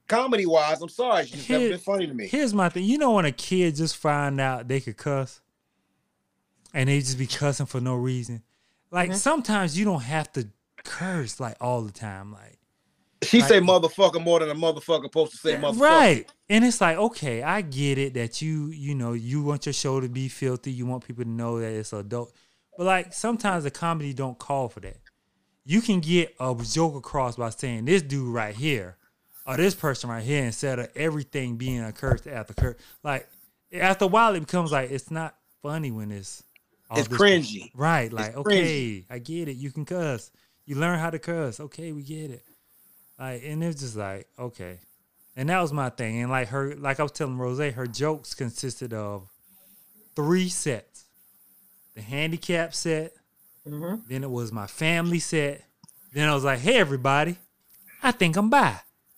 comedy wise. I'm sorry, she's never Here- been funny to me. Here's my thing. You know when a kid just find out they could cuss, and they just be cussing for no reason. Like Mm-hmm. sometimes you don't have to curse like all the time. Like She Right. say motherfucker more than a motherfucker supposed to say motherfucker. right, and it's like okay, I get it that you you know you want your show to be filthy. You want people to know that it's adult, but like sometimes the comedy don't call for that. You can get a joke across by saying this dude right here, or this person right here, instead of everything being a curse after curse. Like after a while, it becomes like it's not funny when it's all It's this- cringy. Right, like cringy. okay, I get it. You can cuss. You learn how to cuss. Okay, we get it. Like, and it's just like okay, and that was my thing. And like her, like I was telling Rose, her jokes consisted of three sets: the handicap set, Mhm. then it was my family set, then I was like, hey everybody, I think I'm bi,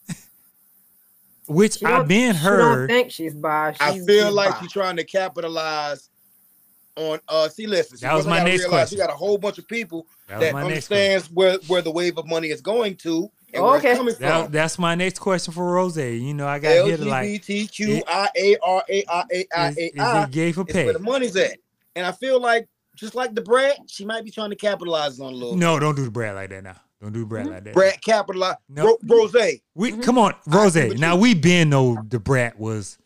which She don't- I've been She don't heard. think she's bi. She's, I feel she's like bi. she's trying to capitalize on uh see listen she That was wasn't my gotta next realize question. you got a whole bunch of people That that, was my next understands where where the wave of money is going to and where Okay. it's coming That- from that's my next question for Rose. You know, I got hit like, is, is LGBTQIARAIAAI it gay for is where pay? the money's at and I feel like just like the Brad she might be trying to capitalize on a little No, don't do the Brad like that now. Don't do the Mm-hmm. Brad like that. Brad capitalize No. Ro- Rose We come on, Rose. see what Now you- we been know the brat was.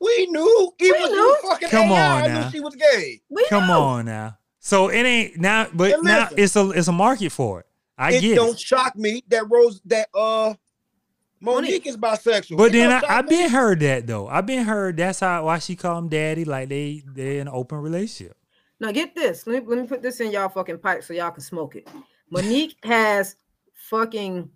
we knew even We we knew. knew. fucking Come AI on knew now. she was gay We Come know. on now. So it ain't now, but And now listen. it's a it's a market for it. I it get don't it. shock me that Rose that uh Monique is bisexual. But It then don't I, shock I've been heard that though. I've been heard that's how why she call him daddy, like they they in an open relationship. Now get this. Let me let me put this in y'all fucking pipe so y'all can smoke it. Monique has fucking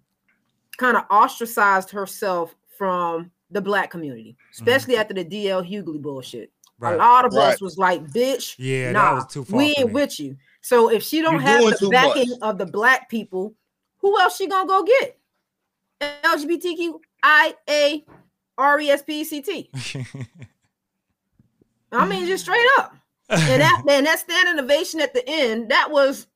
kind of ostracized herself from the black community, especially after the DL Hughley bullshit. A Mm-hmm. Right. lot of us Right. was like, bitch, Yeah, that Oh, nah, was too far we for ain't me. with you. So if she don't You have doing the too much. backing of the black people, who else she gonna go get? LGBTQIA E RESPCT. I mean, just straight up. And that and that standing ovation at the end, that was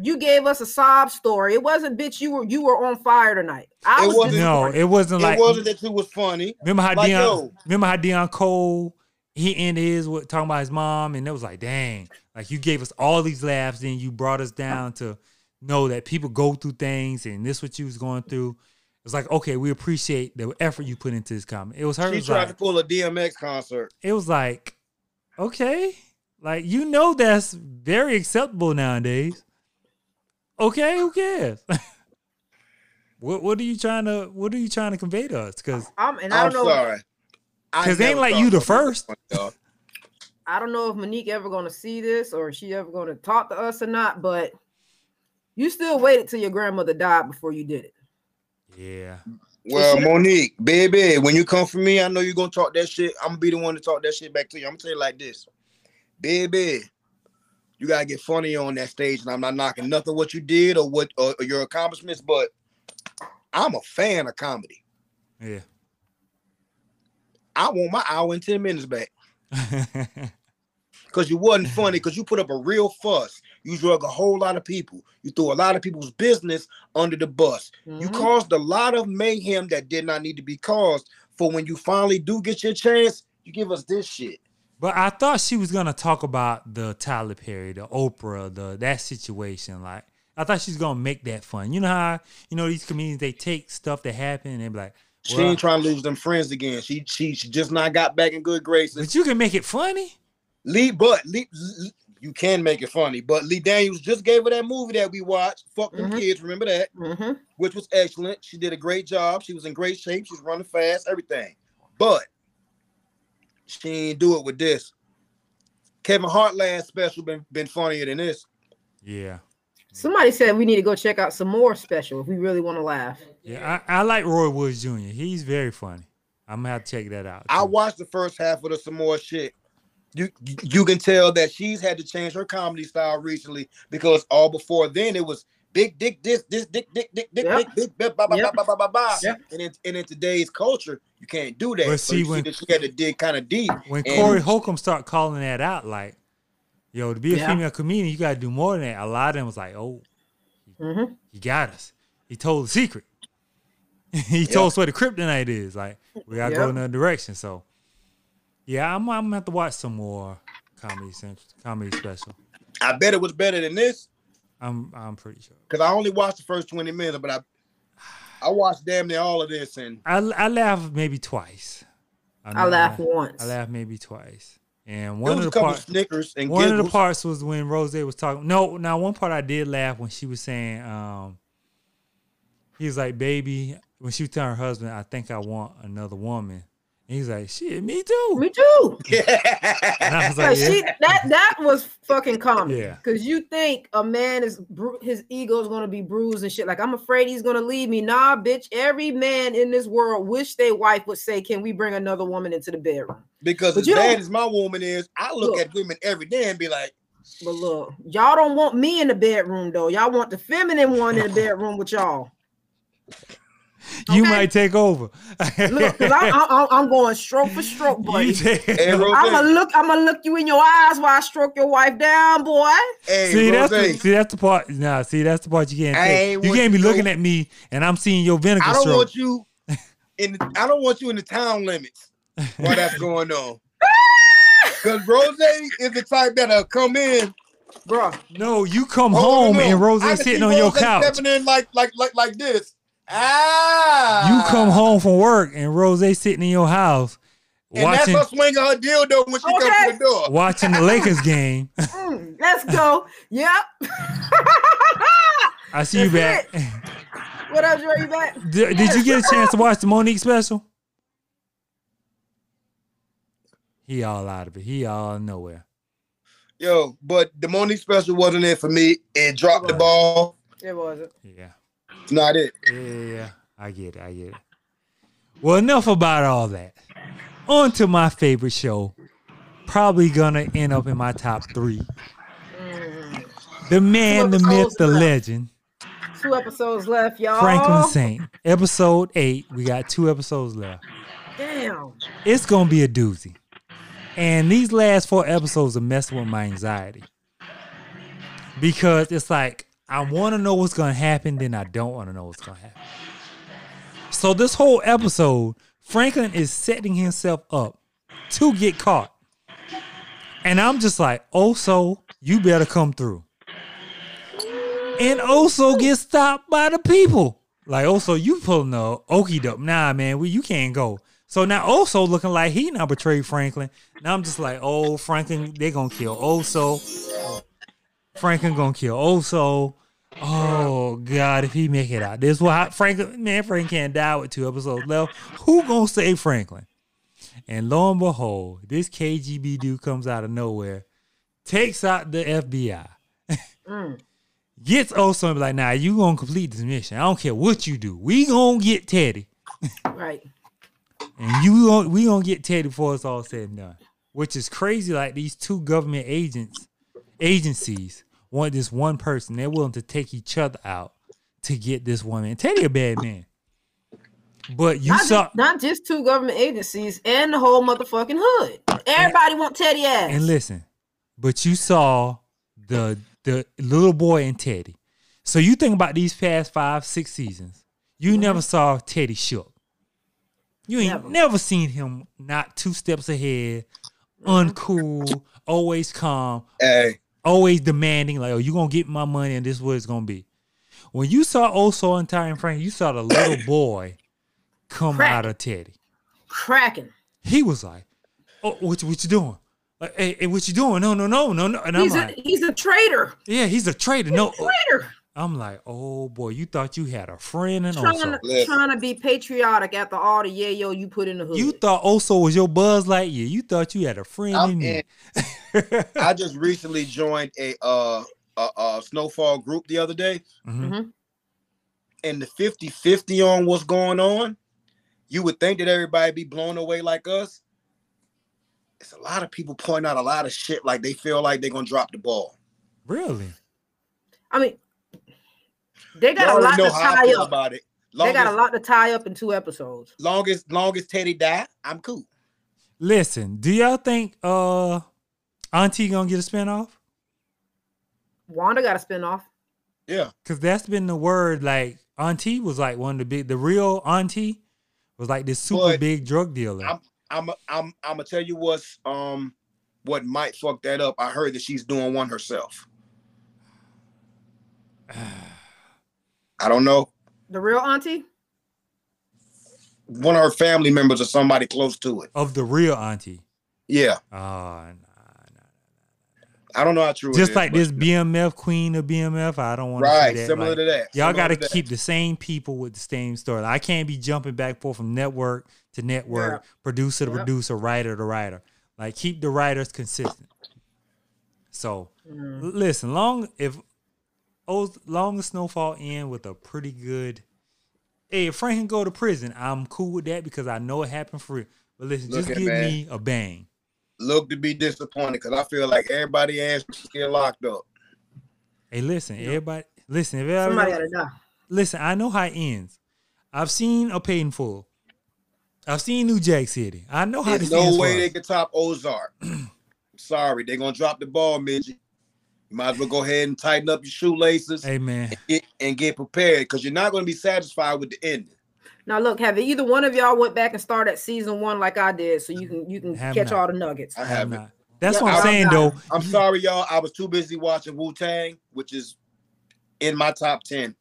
you gave us a sob story. It wasn't bitch, you were you were on fire tonight. I It was wasn't- no, disappointed. it wasn't like it wasn't that you was funny. remember how like, Dion yo. remember how Dion Cole he ended his with talking about his mom and it was like, dang, like you gave us all these laughs, then you brought us down to know that people go through things and this what you was going through. It's like, okay, we appreciate the effort you put into this comment. It was her. She was tried like- to pull a DMX concert. it was like, okay, like you know that's very acceptable nowadays. Okay, who cares? what what are you trying to what are you trying to convey to us? Because I'm, and I I'm don't know. sorry. I 'Cause they ain't never like thought you the Monique was first. funny, dog. I don't know if Monique ever gonna see this or if she ever gonna talk to us or not, but you still waited till your grandmother died before you did it. yeah, Well, Monique, baby, when you come for me, I know you're gonna talk that shit. I'm gonna be the one to talk that shit back to you. I'm gonna tell you like this, baby. you gotta get funny on that stage. And I'm not knocking nothing what you did or what or, or your accomplishments, but I'm a fan of comedy. Yeah. I want my hour and ten minutes back yeah. because you wasn't funny. Because you put up a real fuss. You drug a whole lot of people. You threw a lot of people's business under the bus. You Mhm. caused a lot of mayhem that did not need to be caused. For when you finally do get your chance, you give us this shit. But I thought she was gonna talk about the Tyler Perry, the Oprah, the that situation. Like I thought she's gonna make that fun. You know how you know these comedians they take stuff that happened and they be like, She well, ain't trying to lose them friends again. She she, she just not got back in good graces. but you can make it funny. Lee, but Lee, Lee- you can make it funny. But Lee Daniels just gave her that movie that we watched. Fuck them Mhm. kids. Remember that, Mhm. which was excellent. She did a great job. She was in great shape. She's running fast. Everything, but she ain't do it with this. Kevin Hart last special been been funnier than this. Yeah, Somebody said we need to go check out some more special if we really want to laugh. yeah. I, I like Roy Woods Jr. He's very funny. I'm gonna have to check that out. I too. watched the first half of the some more shit. You you can tell that she's had to change her comedy style recently because all before then it was big dick this this dick dick dick dick Yep. dick dick blah blah blah Yep. blah blah blah blah. Yep. And in, and in today's culture, you can't do that. But so see, you see when- that she had to dig kind of deep. when And- Corey Holcomb start calling that out, like, yo, to be a Yeah. female comedian, you gotta do more than that. A lot of them was like, oh, Mhm. he got us. He told the secret. he told us what the kryptonite is. Like, we gotta go Yep. in another direction. So, yeah, I'm, I'm gonna have to watch some more comedy Central, comedy special. I bet it was better than this I'm I'm pretty sure. because I only watched the first twenty minutes, but I I watched damn near all of this and I I laughed maybe twice. I know laugh laughed- once. I laughed maybe twice. And there one was of a the couple parts. Snickers and one of the giggles. parts was when Rose was talking. No, now one part I did laugh when she was saying, um, he was like, baby, when she was telling her husband, I think I want another woman. And he's like, shit, me too. Me too. and I was like, Like yeah. she that that was fucking comedy. Yeah. Cause you think a man is bru- his ego is gonna be bruised and shit. Like I'm afraid he's gonna leave me. Nah, bitch. Every man in this world wish their wife would say, "Can we bring another woman into the bedroom?" because But as you don't- bad as my woman is, I look, Look. at women every day and be like, But look, y'all don't want me in the bedroom though. Y'all want the feminine one in the bedroom with y'all. you okay. might take over. Look, cause I'm, I'm, I'm going stroke for stroke, you buddy. take- "Hey, Rose, I'm gonna look. I'm gonna look you in your eyes while I stroke your wife down, boy. hey, see, Rose, that's the, see, that's the part. Nah, see, that's the part you can't I take. ain't You want can't be you- looking at me and I'm seeing your vinegar I don't stroke. want you in. I don't want you in the town limits while that's going on." Because Rose is the type that'll come in Bruh, no, you come Hold home on. and Rose I can sitting see on your Rose couch. stepping in like like like like this. Ah, You come home from work and Rose sitting in your house Ah. and watching that's her swinging her dildo when she Okay. comes to the door. watching the Lakers game. mm, let's go. Yep. I see you back. That's what up, Dre? You back? Did, did you get a chance to watch the Monique special? He all out of it. He all nowhere. Yo, but the Monique special wasn't it for me. It dropped the Right. ball. It wasn't. Yeah. It's not it. Yeah, yeah, yeah. I get it. I get it. Well, enough about all that. On to my favorite show. Probably gonna end up in my top three. Mm. The man, the myth, the legend, Two episodes left, y'all. Franklin Saint. Episode eight. We got two episodes left. Damn. it's gonna be a doozy. And these last four episodes are messing with my anxiety because it's like I want to know what's gonna happen, then I don't want to know what's gonna happen. So this whole episode, Franklin is setting himself up to get caught, and I'm just like, oh, so you better come through. And also get stopped by the people. Like also you pulling the okey doke. Nah, man, we you can't go. So now also looking like he now betrayed Franklin. Now I'm just like, oh Franklin, they gonna kill also. Franklin gonna kill also. Oh God, if he make it out, this will how Franklin man Franklin can't die with two episodes left. Who gonna save Franklin? And lo and behold, this KGB dude comes out of nowhere, takes out the FBI Mm. gets Oso and be like, nah, you gonna complete this mission. I don't care what you do. We gonna get Teddy. Right. And you gonna, we gonna get Teddy before it's all said and done. Which is crazy. Like these two government agents agencies want this one person. They're willing to take each other out to get this woman. Teddy a bad man. But you not, saw just, not just two government agencies and the whole motherfucking hood. Everybody want Teddy ass. and listen, but you saw the the little boy and Teddy. So you think about these past five, six seasons. You never saw Teddy shook. You ain't Mm-hmm. Never. never, seen him not two steps ahead, Mm-hmm. uncool, always calm, Hey, always demanding, like, oh, you gonna get my money and this is what it's gonna be. When you saw Oso and Ty and Frank, you saw the little boy come Crack. out of Teddy. Cracking. He was like, Oh, what, what you doing? Like, hey, hey, what you doing? No, no, no, no, no. And I'm He's a, like, he's a traitor. Yeah, he's a traitor. No, oh." Traitor. I'm like, oh boy, you thought you had a friend and Trying Oso. to, trying to be patriotic after all the yeah yo you put in the hood. You thought Oso was your Buzz Lightyear. You thought you had a friend I'm in you. in. I just recently joined a uh a, a snowfall group the other day, Mhm. and the 50-50 on what's going on. You would think that everybody be blown away like us. It's a lot of people pointing out a lot of shit like they feel like they're gonna drop the ball. Really? I mean, they They got a already lot know to how I tie feel up. about it. They Long got as, a lot to tie up in two episodes. long as long as Teddy die, I'm cool. Listen, do y'all think uh Auntie gonna get a spinoff? Wanda got a spinoff. Yeah. Cause that's been the word. Like Auntie was like one of the big, the real Auntie was like this super But big drug dealer. I'm I'm I'm gonna tell you what's um what might fuck that up. I heard that she's doing one herself. I don't know. The real auntie? One of her family members or somebody close to it. of the real Auntie. Yeah. Oh, nah, nah. I don't know how true. it just is, like but- this BMF queen of BMF. I don't want Right. to see that. Similar like- to that. Y'all similar got to that. keep the same people with the same story. I can't be jumping back forth from network to network, producer to Yep. producer, writer to writer. Like keep the writers consistent. So Mm. l- listen, long if oh, long as Snowfall end with a pretty good. Hey, if Frank can go to prison, I'm cool with that because I know it happened for real. But listen, Look just at give man. me a bang. Look to be disappointed because I feel like everybody ass still locked up. Hey, listen, everybody, listen. If Somebody everybody, gotta die. listen, I know how it ends. I've seen a paid in full. I've seen New Jack City. I know how There's this ends no for way us. they can top Ozark. Sorry, they're gonna drop the ball, midget. You might as well go ahead and tighten up your shoelaces Hey man, get- and get prepared because you're not gonna be satisfied with the ending. Now look, have either one of y'all went back and started at season one like I did, so you can you can Have catch not. all the nuggets. I I'm haven't. not. That's Yeah, what I'm I'm saying not. though. I'm sorry, y'all. I was too busy watching Wu Tang, which is in my top ten.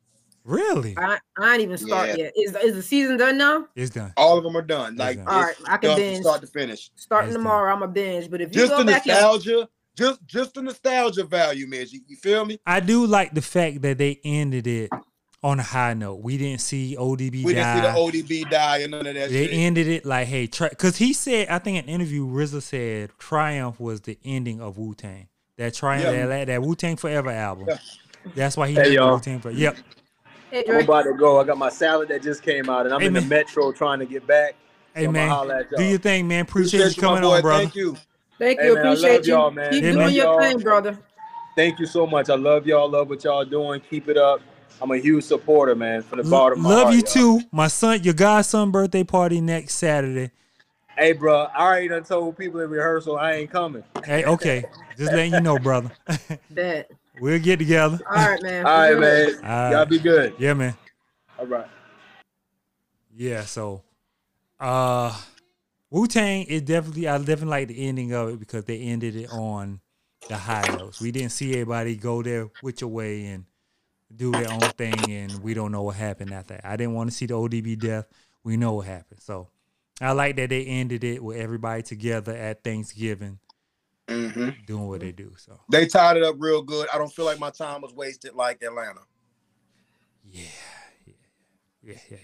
Really, I, I ain't even start yet. Is is the season done now? it's done. All of them are done. Yes, Like sir. it's All right, I can done from binge. start to finish. Starting Yes, sir. tomorrow, I'm a binge. But if you Just go the back and nostalgia, just just the nostalgia value, Midget. You feel me? I do like the fact that they ended it on a high note. We didn't see ODB We die. didn't see the ODB die and none of that they shit. ended it like, hey, because he said, I think in an interview, RZA said Triumph was the ending of Wu Tang. That Triumph, Yeah. that, that Wu Tang Forever album. Yeah. That's why he Hey, named it y'all. Wu Tang Forever. Yep. hey, I'm Drake, about to go. I got my salad that just came out, and I'm Hey, in the man. metro trying to get back. Hey, I'ma man. holla at y'all. Do your thing, man. Appreciate, you my coming on, brother. Thank you. thank Hey, you. man, I love Appreciate you. y'all, man. Keep Yeah, doing man. your Y'all- thing, brother. Thank you so much. I love y'all. Love what y'all doing. Keep it up. I'm a huge supporter, man, from the bottom of my Love heart, you y'all. too. My son, your godson birthday party next Saturday. Hey, bro, I already done told people in rehearsal I ain't coming. Hey, okay. Just letting you know, brother. Bet. we'll get together. All right, man. All right, Good. man. All right. Y'all be good. Yeah, man. All right. Yeah, so uh Wu Tang is definitely I definitely like the ending of it because they ended it on the high notes. We didn't see everybody go their which way and do their own thing and we don't know what happened after that. I didn't want to see the ODB death. We know what happened. So I like that they ended it with everybody together at Thanksgiving hmm doing what they do. So They tied it up real good. I don't feel like my time was wasted like Atlanta. yeah, yeah, yeah, yeah. yeah.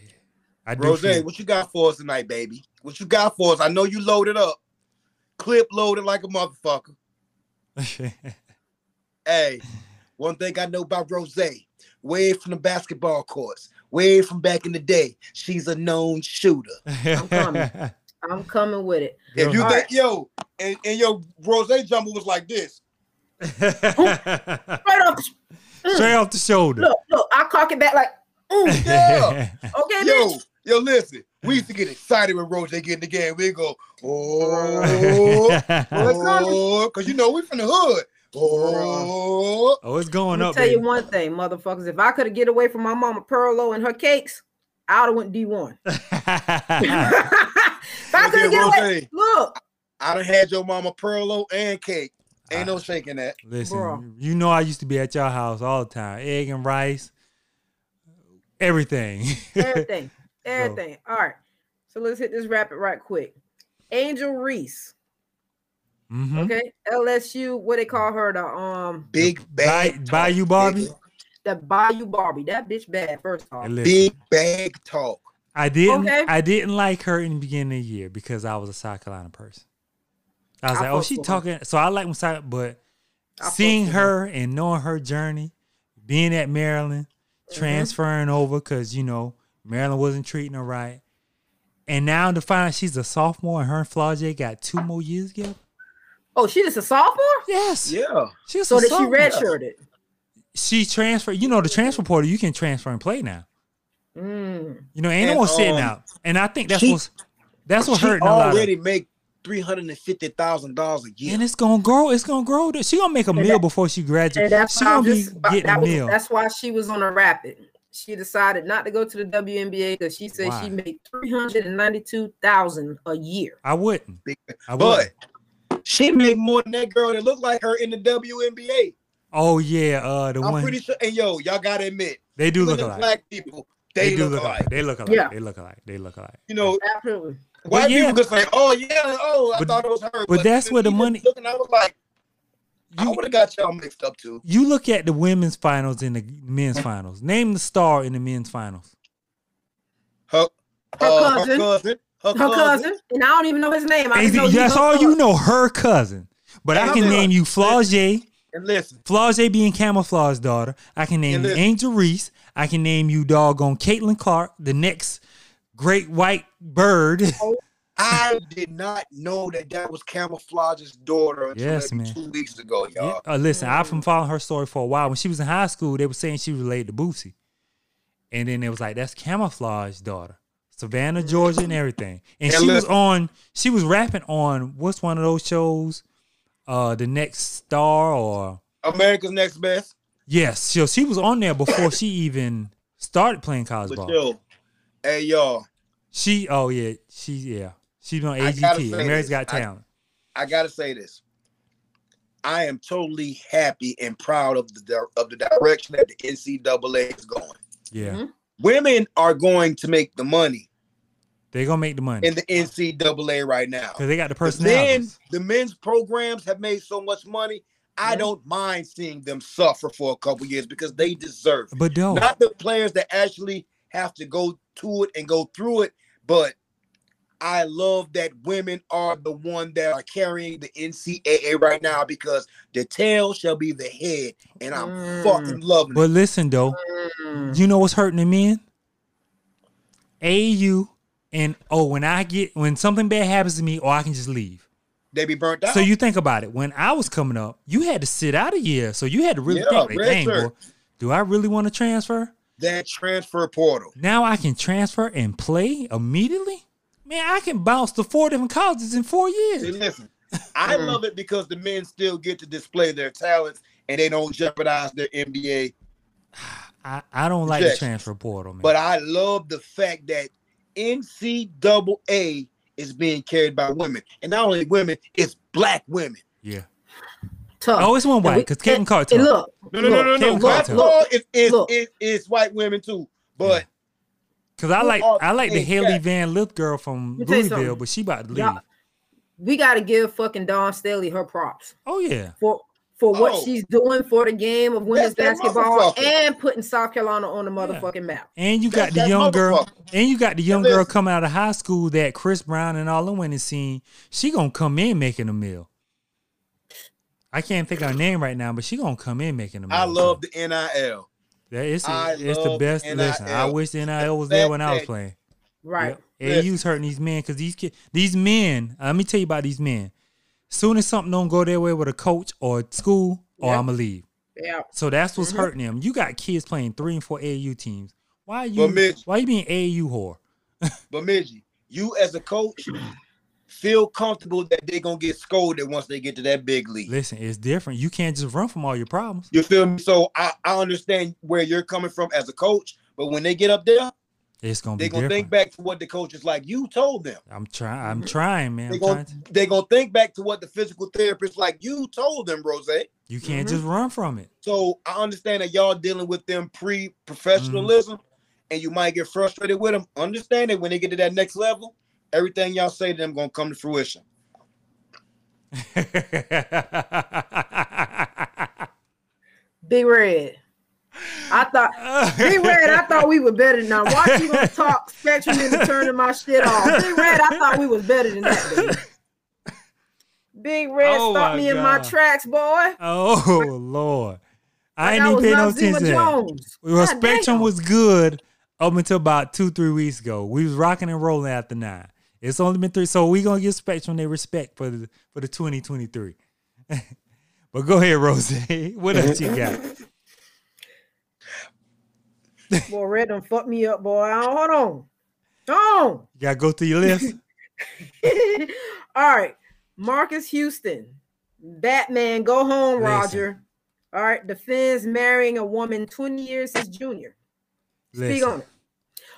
I do Rose, feel- what you got for us tonight, baby? What you got for us? I know you loaded up. Clip loaded like a motherfucker. Hey, one thing I know about Rose, way from the basketball courts, way from back in the day, she's a known shooter. coming. I'm coming with it. If you Girl, Alright. think, yo, and, and your Rose jumper was like this. Straight off. the- Straight off the shoulder. Mm. Look, look. I cock it back like, mm, Yeah. okay, Yo, bitch. yo, listen. We used to get excited when Roach they get in the game. We go, oh, oh, because you know we from the hood. Oh, oh, it's going Let me up. tell you baby. one thing, motherfuckers. If I could have get away from my mama Perlo and her cakes, I'd have went D one. if I Look could here, have get Rose. away, look, I done had your mama Perlo and cake. Ain't Ah. no shaking that. Listen, Bruh. you know I used to be at your house all the time. Egg and rice, everything. everything, everything. All right, so let's hit this rapid right quick. Angel Reese, Mhm. okay, LSU. What they call her the um Big Buy, bag. buy talk, you Barbie. nigga. the Bayou Barbie. That bitch bad. First off, And listen, Big bag talk. I didn't Okay. I didn't like her in the beginning of the year because I was a South Carolina person. I was I like, oh, fucks she with her. talking. So I like when South, but I fucks seeing with her and knowing her journey, being at Maryland, Mm-hmm. transferring over because you know Maryland wasn't treating her right, and now to find out she's a sophomore and her and Flaude got two more years together. oh, she just a sophomore. Yes, Yeah. she's So a that she sophomore. redshirted. She transferred. You know the transfer portal. You can transfer and play now. Mm. You know, ain't And, no one sitting um, out. And I think that's she- what's that's what she hurting a lot. Of, already make three hundred and fifty thousand dollars a year. and it's gonna grow. It's gonna grow. She gonna make a meal before she And graduates. that's She why I'm gonna be just, uh, getting a that was, meal. that's why she was on a rapid. She decided not to go to the WNBA because she said Why? she made three hundred and ninety-two thousand a year. I wouldn't. I but would. she made more than that girl that looked like her in the WNBA. Oh yeah, uh, the I'm one pretty sure. And yo, y'all gotta admit, they do look women, alike. black people, they, do look, alike. They look alike. Yeah. They look alike. They look alike. You know, Absolutely. white yeah. people just like, oh yeah, oh, I But- thought it was her. but that's where the she money- was Looking, I was like, I You, would have got y'all mixed up too. you look at the women's finals and the men's finals. Name the star in the men's finals. Her, Her uh, cousin. her cousin, her, Her cousin, and I don't even know his name. I just Ex- know he's That's her all you cousin. know. Her cousin. But I And can look- name you Flaugier. And listen, Flaugier being Camouflage's daughter. I can name And you look- Angel Reese. I can name you doggone Caitlin Clark, the next great white bird. I did not know that that was Camouflage's daughter until Yes, maybe man. two weeks ago, y'all. Yeah, uh, listen, I've been following her story for a while. When she was in high school, they were saying she related to Boosie. And then it was like, that's Camouflage's daughter. Savannah, Georgia, and everything. And And she look- was on, she was rapping on what's one of those shows? Uh The Next Star or America's Next Best. Yes. So she was on there before she even started playing college But ball. yo, hey y'all, She oh yeah, she yeah. She's on I gotta AGT. say this. America's Got I- Talent. I gotta say this. I am totally happy and proud of the di- of the direction that the NCAA is going. yeah. Mm-hmm. Mhm. Women are going to make the money They're gonna make the money. in the NCAA right now. Because they got the The men, personalities. the men's programs have made so much money. I Mhm. don't mind seeing them suffer for a couple years because they deserve it. But don't Not the players that actually have to go to it and go through it, but I love that women are the one that are carrying the NCAA right now because the tail shall be the head, and I'm Mm. fucking loving it. but listen though, Mm. You know what's hurting the men? AU and oh, when I get when something bad happens to me, or I can just leave. They be burnt out. So you think about it. When I was coming up, you had to sit out a year, so you had to really Yeah, think, like, red dang, shirt. boy, do I really want to transfer? that transfer portal. Now I can transfer and play immediately. Man, I can bounce to four different colleges in four See, years. listen, I love it because the men still get to display their talents and they don't jeopardize their NBA I, I don't like the Yes. transfer portal, man. But I love the fact that NCAA is being carried by women, and not only women, it's black women. yeah. Tough. Oh, it's one And white, we- because Caitlin and- Clark's and tough. Look, No, no, no, no, no. Look, Black Kim law is is, Look. is is white women too, but Cause I who like are I like the they Haley at? Van Lith girl from Let me tell you Louisville, something. but she about to leave. Y'all- we got to give fucking Dawn Staley her props Oh yeah. for for what Oh. she's doing for the game of women's That's that basketball motherfucker. and putting South Carolina on the motherfucking map. And you got That's the that young girl, motherfucker. and you got the young Now girl listen. coming out of high school that Chris Brown and all them women seen. She gonna come in making a meal. I can't think of her name right now, but she gonna come in making a meal. I love too. the NIL. that. It's, I it's the love best. NIL. Listen, I wish the NIL was The there fact when I was that- playing. Right. Yep. Listen. AU's hurting these men because these kids, these men. uh, Let me tell you about these men. Soon as something don't go their way with a coach or at school, or Yeah. I'm gonna leave. Yeah. So that's what's Mm-hmm. Mhm. hurting them. You got kids playing three and four AAU teams. Why you? But Mitch- why you being AAU whore? But Midgey, you as a coach feel comfortable that they're gonna get scolded once they get to that big league. Listen, it's different. You can't just run from all your problems. You feel me? So I, I understand where you're coming from as a coach, but when they get up there, It's gonna they're be gonna different. think back to what the coach is like you told them. I'm trying. I'm trying, man. They're I'm gonna, trying to- they gonna think back to what the physical therapist like you told them, Rose. you can't Mm-hmm. just run from it. So I understand that y'all dealing with them pre-professionalism, and you might get frustrated with them. Understand that when they get to that next level, everything y'all say to them gonna come to fruition. Big Red. I thought Big Red, I thought we were better than that. Why you gonna talk spectrum into turning my shit off? Big Red, I thought we was better than that. Baby. Big Red Oh stopped my me in my God. tracks, boy. oh Lord, I Like ain't even paying no was Noxzema attention. to that. Jones. Well, God Spectrum damn. was good up until about two, three weeks ago. We was rocking and rolling after nine. It's only been three, so we gonna give Spectrum their respect for the for the twenty twenty three. But go ahead, Rose. what else you got? Boy, Red done fucked me up, boy. I don't- Hold on. Hold on. You gotta go through your list. All right. Marcus Houston. Batman, go home, Listen. Roger. All right. Defends marrying a woman 20 years his junior. Speak Listen, on it.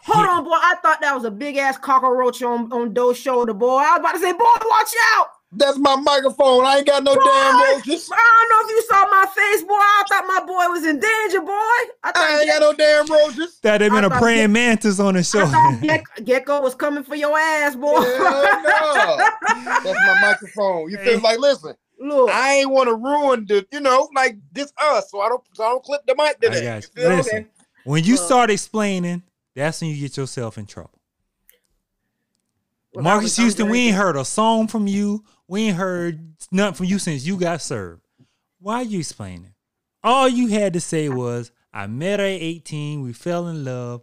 Hold he- on, boy. I thought that was a big ass cockroach on, on Doe's shoulder, boy. I was about to say, boy, watch out. That's my microphone. I ain't got no Boy, damn roaches. I don't know if you saw my face, boy. I thought my boy was in danger, boy. I thought, I ain't got no damn roaches. That had been I a thought praying Ge- mantis on his I shoulder. thought Gek- Gecko was coming for your ass, boy. Hell no. That's my microphone. You feel like listen, Look, I ain't want to ruin the, you know, like this us, so I don't, so I don't clip the mic I today. You got you. feel me? Listen, when you Look. start explaining, that's when you get yourself in trouble. Well, I Marcus was- I was Houston, gonna we ain't say- heard a song from you. We ain't heard nothing from you since you got served. Why you explaining? All you had to say was, I met her at 18, we fell in love.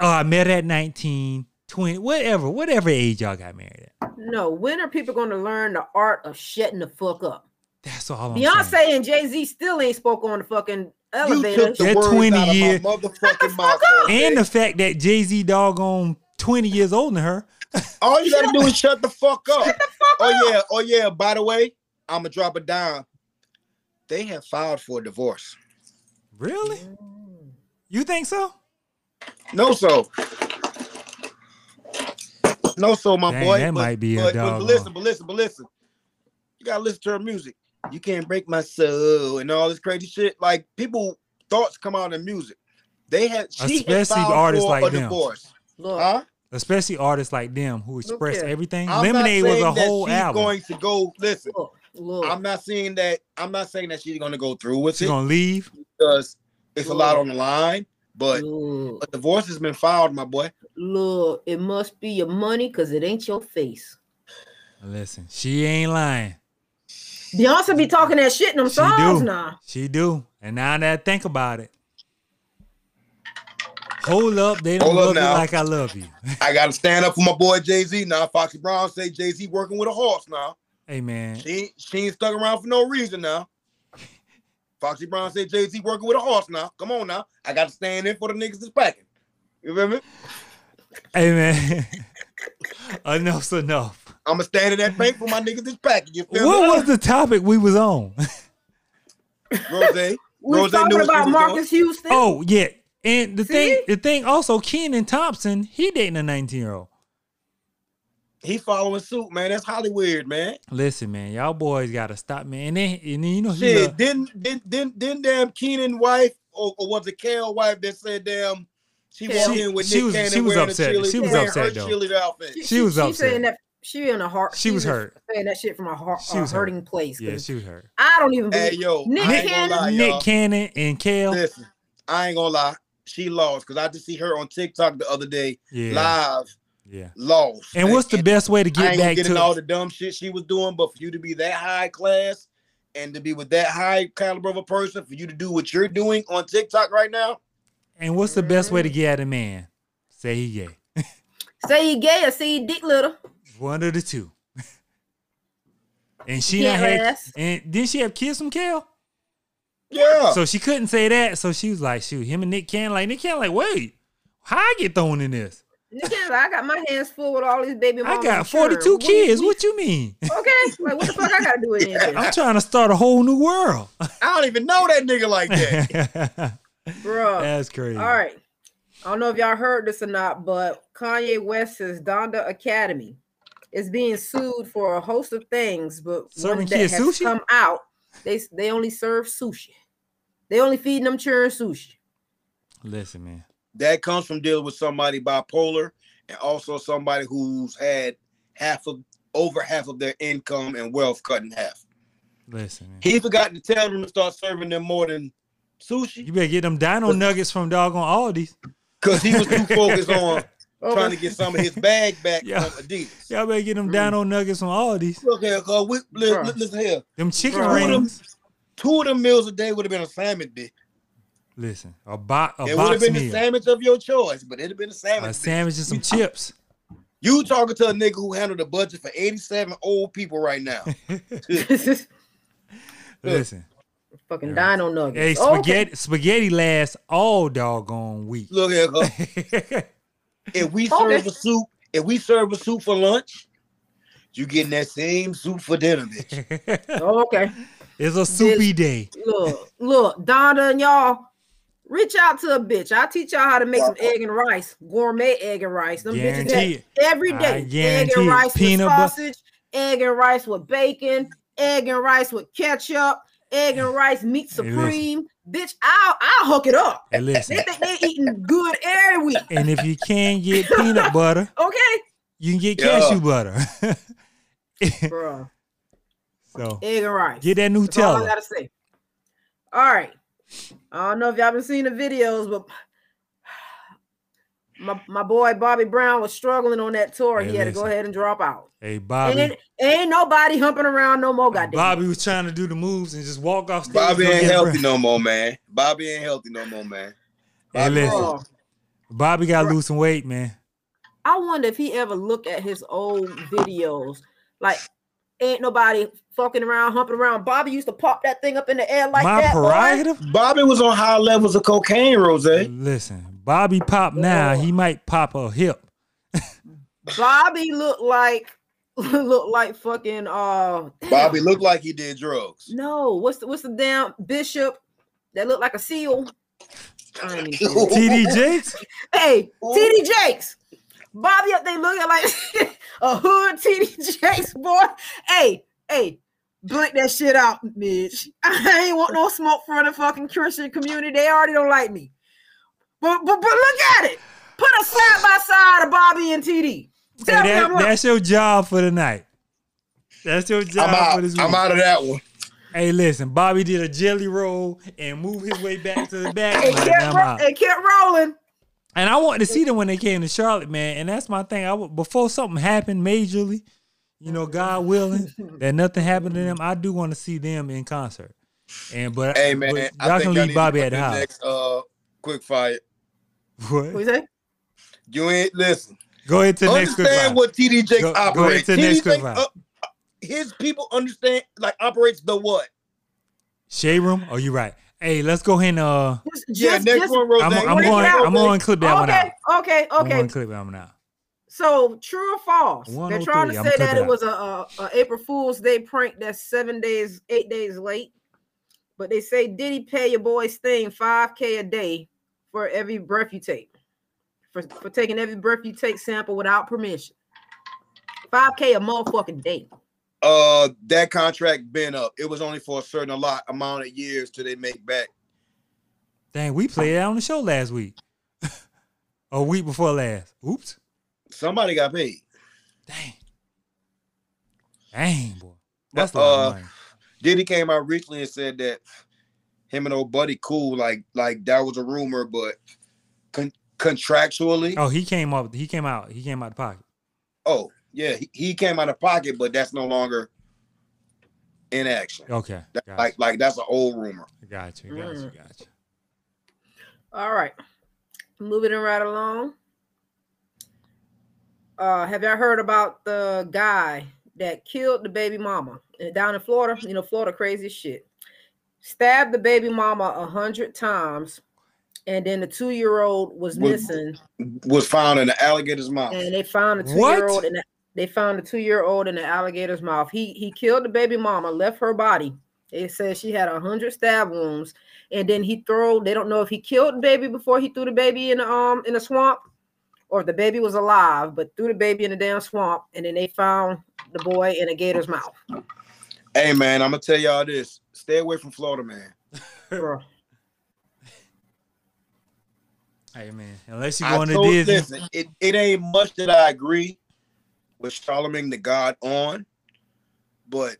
Oh, I met her at 19, 20, whatever, whatever age y'all got married at. No, when are people going to learn the art of shutting the fuck up? That's all I'm Beyonce saying. and Jay Z still ain't spoke on the fucking You elevator. took the That words 20 out of year- my motherfucking mouth. Jose. And the fact that Jay-Z doggone 20 years older than her. All you gotta do is shut the fuck up. oh yeah, oh yeah. By the way, I'ma drop it down. They have filed for a divorce. Really? Mm. You think so? No, so. No, so my Dang, boy. that but- might be a but, but doggone- listen, but listen, but listen. You gotta listen to her music. You can't break my soul and all this crazy shit. Like people thoughts come out in music. They had she has Especially filed artists for like a them. divorce. Look, Huh? Especially artists like them who express here. everything. I'm Lemonade not was saying a that whole she's album. going to go. Listen, look, look. I'm not saying that. I'm not saying that she's gonna go through with She it gonna leave. because it's a lot on the line. But look, a divorce has been filed, my boy. look, it must be your money because it ain't your face. Listen, she ain't lying. Beyonce be talking that shit in them She songs do. now. She do. And now that I think about it, hold up, they don't Hold up love you now. like I love you. I gotta stand up for my boy Jay Z now. Foxy Brown say Jay Z working with a horse now. hey man, She ain't- she ain't stuck around for no reason now. Foxy Brown say Jay Z working with a horse now. Come on now, I gotta stand in for the niggas that's packing. You feel me? hey man, enough's enough. I'ma stand in that bank for my niggas that's packing. You feel What me? was the topic we was on? Rose, We was Rose talking knew what she was about doing. Marcus Houston. oh yeah, and the thing, See? the thing also, Kenan Thompson, he dating a nineteen year old. He following suit, man. That's Hollywood, man. Listen, man, y'all boys gotta stop, man. And then, and then you know Oh, he Shit, love, didn't didn't didn't, didn't damn Keenan wife or, or was it Kale wife that said damn she walked She- in with she Nick was- Cannon she was wearing upset. a cheerleader, She was wearing upset, her though. cheerleader outfit. she was upset. saying that she in a heart. She was hurt. saying that shit from a heart, She a was hurt. hurting place. yeah, 'cause she was hurt. I don't even believe. Hey yo, Nick I ain't gonna Cannon- lie, Nick y'all. Cannon and Kale. Listen, I ain't gonna lie. She lost because I just see her on TikTok the other day yeah, live yeah. lost. And what's the best way to I get ain't gonna back get in to all the dumb shit she was doing, but for you to be that high class and to be with that high caliber of a person, for you to do what you're doing on TikTok right now, And what's the best way to get at a man? Say he gay. Say he gay or say he dick little. One of the two. And she Yeah, not had, ass. and did she have kids from Kel? Yeah. So she couldn't say that. So she was like, shoot, him and Nick Cannon, like Nick Cannon, like, wait, how I get thrown in this? Nick Cannon, I got my hands full with all these baby I mamas got and children. 42 What do you- kids. What you mean? Okay, like what the fuck I gotta do with any of this, I'm trying to start a whole new world. I don't even know that nigga like that. That's Oh, bro? crazy. All right. I don't know if y'all heard this or not, but Kanye West says Donda Academy is being sued for a host of things, but one Serving that kids has sushi? come out, they they only serve sushi. They only feeding them children sushi. Listen, man. that comes from dealing with somebody bipolar and also somebody who's had half of over half of their income and wealth cut in half. Listen, man. He forgot to tell them to start serving them more than You sushi better get them dino nuggets from doggone Aldi's. because he was too focused on Oh, trying to get some of his bag back Yeah. from Adidas. Y'all better get them Mm. dino nuggets from Aldi's. Look here, cause we, li- li- Bruh. listen here. Them chicken Bro. rings. Two of them meals a day would have been a sandwich. Dick. Listen, a, bo- a It would have box been meal. the sandwich of your choice, but it'd have been a sandwich. A dick. sandwich and some chips. You talking to a nigga who handled a budget for 87 old people right now. Listen. fucking Yeah. dino nuggets. Hey, Oh, okay. spaghetti spaghetti lasts all doggone week. Look here, cuz. if we serve a soup, if we serve a soup for lunch, you getting that same soup for dinner, bitch. it's Oh, okay. a soupy day. Look, look, Donda and y'all, reach out to a bitch. I'll teach y'all how to make some egg and rice, gourmet egg and rice. Them bitches had Guarantee it. every I day. Egg guarantee and it. rice Peanut with butter. sausage, egg and rice with bacon, egg and rice with ketchup, egg and rice meat Hey, listen. supreme. Bitch, I'll I'll hook it up. And listen. They think they eating good every week. and if you can get peanut butter, Okay, you can get Yeah. cashew butter. bro. so Egg and rice. get that That's all I Nutella. gotta say. All right. I don't know if y'all been seeing the videos, but my, my boy Bobby Brown was struggling on that tour. Hey, he had to go listen. ahead and drop out. Hey Ain't, Bobby, ain't nobody humping around no more. Goddamn. Bobby was trying to do the moves and just walk off stage. Bobby and go ain't get a healthy breath. no more, man. Bobby ain't healthy no more, man. Hey, listen, Bro, Bobby got to Bro. lose some weight, man. Oh, I wonder if he ever looked at his old videos. Like, ain't nobody fucking around, humping around. Bobby used to pop that thing up in the air like My that. boy. prerogative. Bobby was on high levels of cocaine, Rose. Listen, Bobby pop now. He might pop a hip. Bobby looked like looked like fucking uh Bobby looked like he did drugs. No, what's the what's the damn bishop that looked like a seal? I ain't even saying it. TD Jakes. hey, TD Jakes. Bobby up there looking like a hood TD Jakes boy. Hey, hey, blink that shit out, bitch. I ain't want no smoke for the fucking Christian community. They already don't like me. But but, but look at it. Put a side by side of Bobby and TD. Hey, Tell me that- I'm wrong. that's your job for the night. That's your job I'm out. for this week. I'm out of that one. Hey, listen, Bobby did a jelly roll and moved his way back to the back. It Like, kept, I'm ro- out. it kept rolling. And I wanted to see them when they came to Charlotte, man. And that's my thing. I w- before something happened majorly, you know, God willing, that nothing happened to them. I do want to see them in concert. And but, Hey man, but I y'all think can y'all need leave to Bobby put at the this house. Next, uh, quick fire. What What? you say? You ain't listen. Go into the next quick understand fire. what TD Jakes Go- go operates. into the next TD quick Jakes, fire. uh, his people understand like operates the what? Shayroom? Oh, you right. Hey, let's go ahead and uh, Just, Yeah, just, next just one, Rose. I'm, I'm break it going. out, I'm going to clip that one out. okay, okay, I'm okay. going to clip that one out. So true or false? They're trying to 103, say I'm that clipping it out. was a, a, a April Fool's Day prank that's seven days, eight days late. But they say did he pay your boy Sting five k a day for every breath you take, for for taking every breath you take sample without permission. Five k a motherfucking day. uh that contract been up. It was only for a certain lot amount of years till they make back. Dang, we played that on the show last week. a week before last. Oops. Somebody got paid. Dang. Dang, boy. That's a lot of Uh, money. Diddy came out recently and said that him and old buddy cool, like like that was a rumor, but con- contractually, oh, Oh, he came up. He came out. He came out the pocket. yeah, he, he came out of pocket, but that's no longer in action. Okay. That- Gotcha. like like that's an old rumor. gotcha. Gotcha. Mm. Gotcha. All right, moving it right along. Uh, have y'all heard about the guy that killed the baby mama Uh, down in Florida? You know, Florida crazy as shit. stabbed the baby mama a hundred times, and then the two year old was Was- missing, Was found in the alligator's mouth. and they found the two What? year old and they found the two year old in the alligator's mouth. He he killed the baby mama, left her body. It says she had a hundred stab wounds, and then he throw. They don't know if he killed the baby before he threw the baby in the um in the swamp, or if the baby was alive, but threw the baby in the damn swamp, and then they found the boy in a gator's mouth. Hey man, I'm gonna tell y'all this. Stay away from Florida, man. Bruh. Hey man, unless you're I going to told, Disney, listen, it, it ain't much that I agree with Charlemagne the God on, but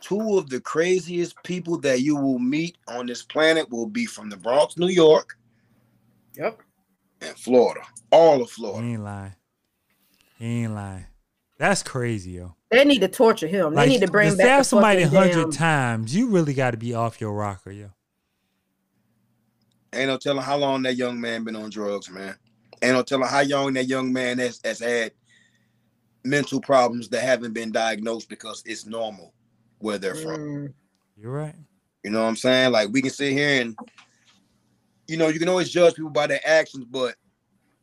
two of the craziest people that you will meet on this planet will be from the Bronx, New York, Yep. and Florida. All of he Florida. ain't lying. He ain't lying. That's crazy, yo. They need to torture him. They need to bring back stab the somebody a fucking hundred damn. times. You really got to be off your rocker, yo. Mm. Ain't no telling how long that young man been on drugs, man. Ain't no telling how young that young man has, has had mental problems that haven't been diagnosed because it's normal where they're from. Mm, You're right. You know what I'm saying? Like we can sit here and you know you can always judge people by their actions, but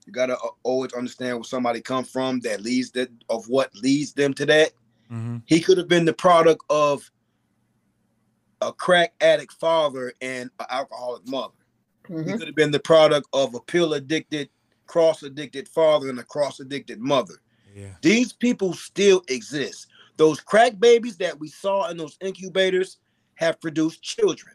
you gotta uh, always understand where somebody come from that leads that of what leads them to that. hmm He could have been the product of a crack addict father and an alcoholic mother. He mhm. could have been the product of a pill addicted, cross addicted father and a cross addicted mother. Yeah. These people still exist. Those crack babies that we saw in those incubators have produced children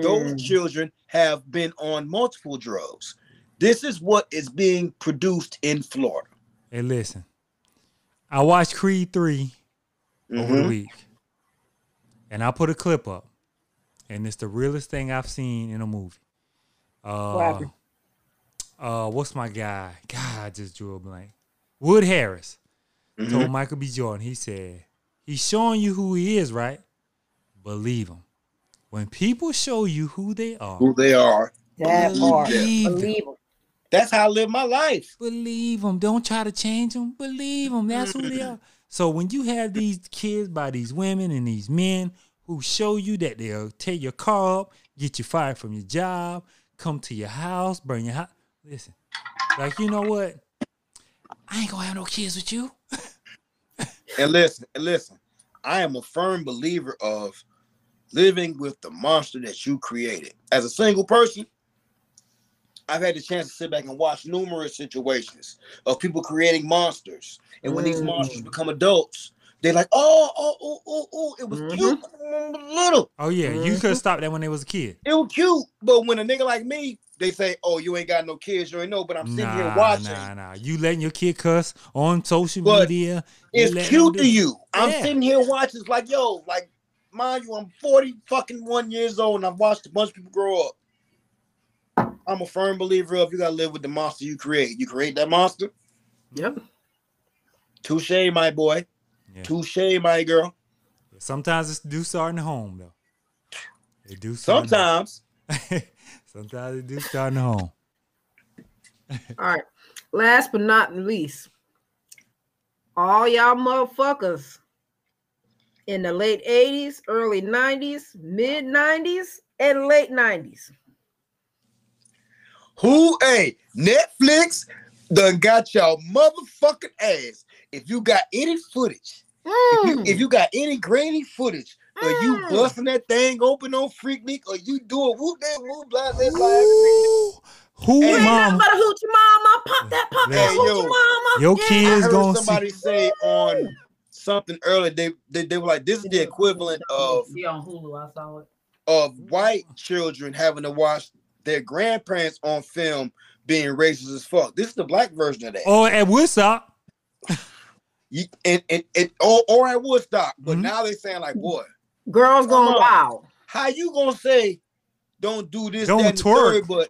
those Mm. children have been on multiple drugs. This is what is being produced in Florida. Hey, listen. I watched Creed 3 Mm-hmm, over the Mhm. week, and I put a clip up, and it's the realest thing I've seen in a movie. Uh, What happened? uh, what's my guy? God, I just drew a blank. Wood Harris mm-hmm. Mm-hmm. told Michael B. Jordan. He said, "He's showing you who he is, right? Believe him. When people show you who they are, Who they are. That part. Believe them. Believe him. That's how I live my life. Believe them. Don't try to change them. Believe them. That's who they are. So when you have these kids by these women and these men who show you that they'll tear your car up, get you fired from your job, come to your house, burn your house. Listen, like you know what? I ain't gonna have no kids with you. And listen, and listen, I am a firm believer of living with the monster that you created. As a single person, I've had the chance to sit back and watch numerous situations of people creating monsters. And when these Mm. monsters become adults, they're like, oh, oh, oh, oh, oh, it was Mhm. cute. when I was Little. Oh yeah, you Mhm. could have stopped that when they was a kid. it was cute, but when a nigga like me, they say, "Oh, you ain't got no kids, you ain't know." But I'm sitting here Nah, watching. nah, nah. You letting your kid cuss on social But media. you It's letting cute to them do- you. I'm Yeah. sitting here watching. It's like, yo, like, mind you, I'm 40 fucking one years old, and I've watched a bunch of people grow up. I'm a firm believer of you gotta live with the monster you create. You create that monster. Yep. Touche, my boy. Yeah. Touche, my girl. Sometimes it's do start in the home though. It do start in the home. Sometimes Sometimes it do start in the home. All right. Last but not least, all y'all motherfuckers in the late 80s, early 90s, mid 90s, and late 90s. who? Hey, Netflix done got y'all motherfucking ass. If you got any footage If you, if you got any grainy footage or you Mm. busting that thing open on Freak Leak or you doing whoop that whoop blah blah blah. Ooh, who Hey, Ain't nothing mama? but a hoochie mama. Pop that, pop that Hey, hoochie yo. mama. Your I kids heard gonna somebody say on something earlier they, they they were like this is the equivalent of Yeah, on Hulu, I saw it. of white children having to watch their grandparents on film being racist as fuck. This is the black version of that. see. Oh, at Woodstock. You, and and, and or, or at Woodstock, but Mhm. now they saying like, boy, Girls going Come on. wild. how you gonna say don't do this, Don't that, and the twerk. third, but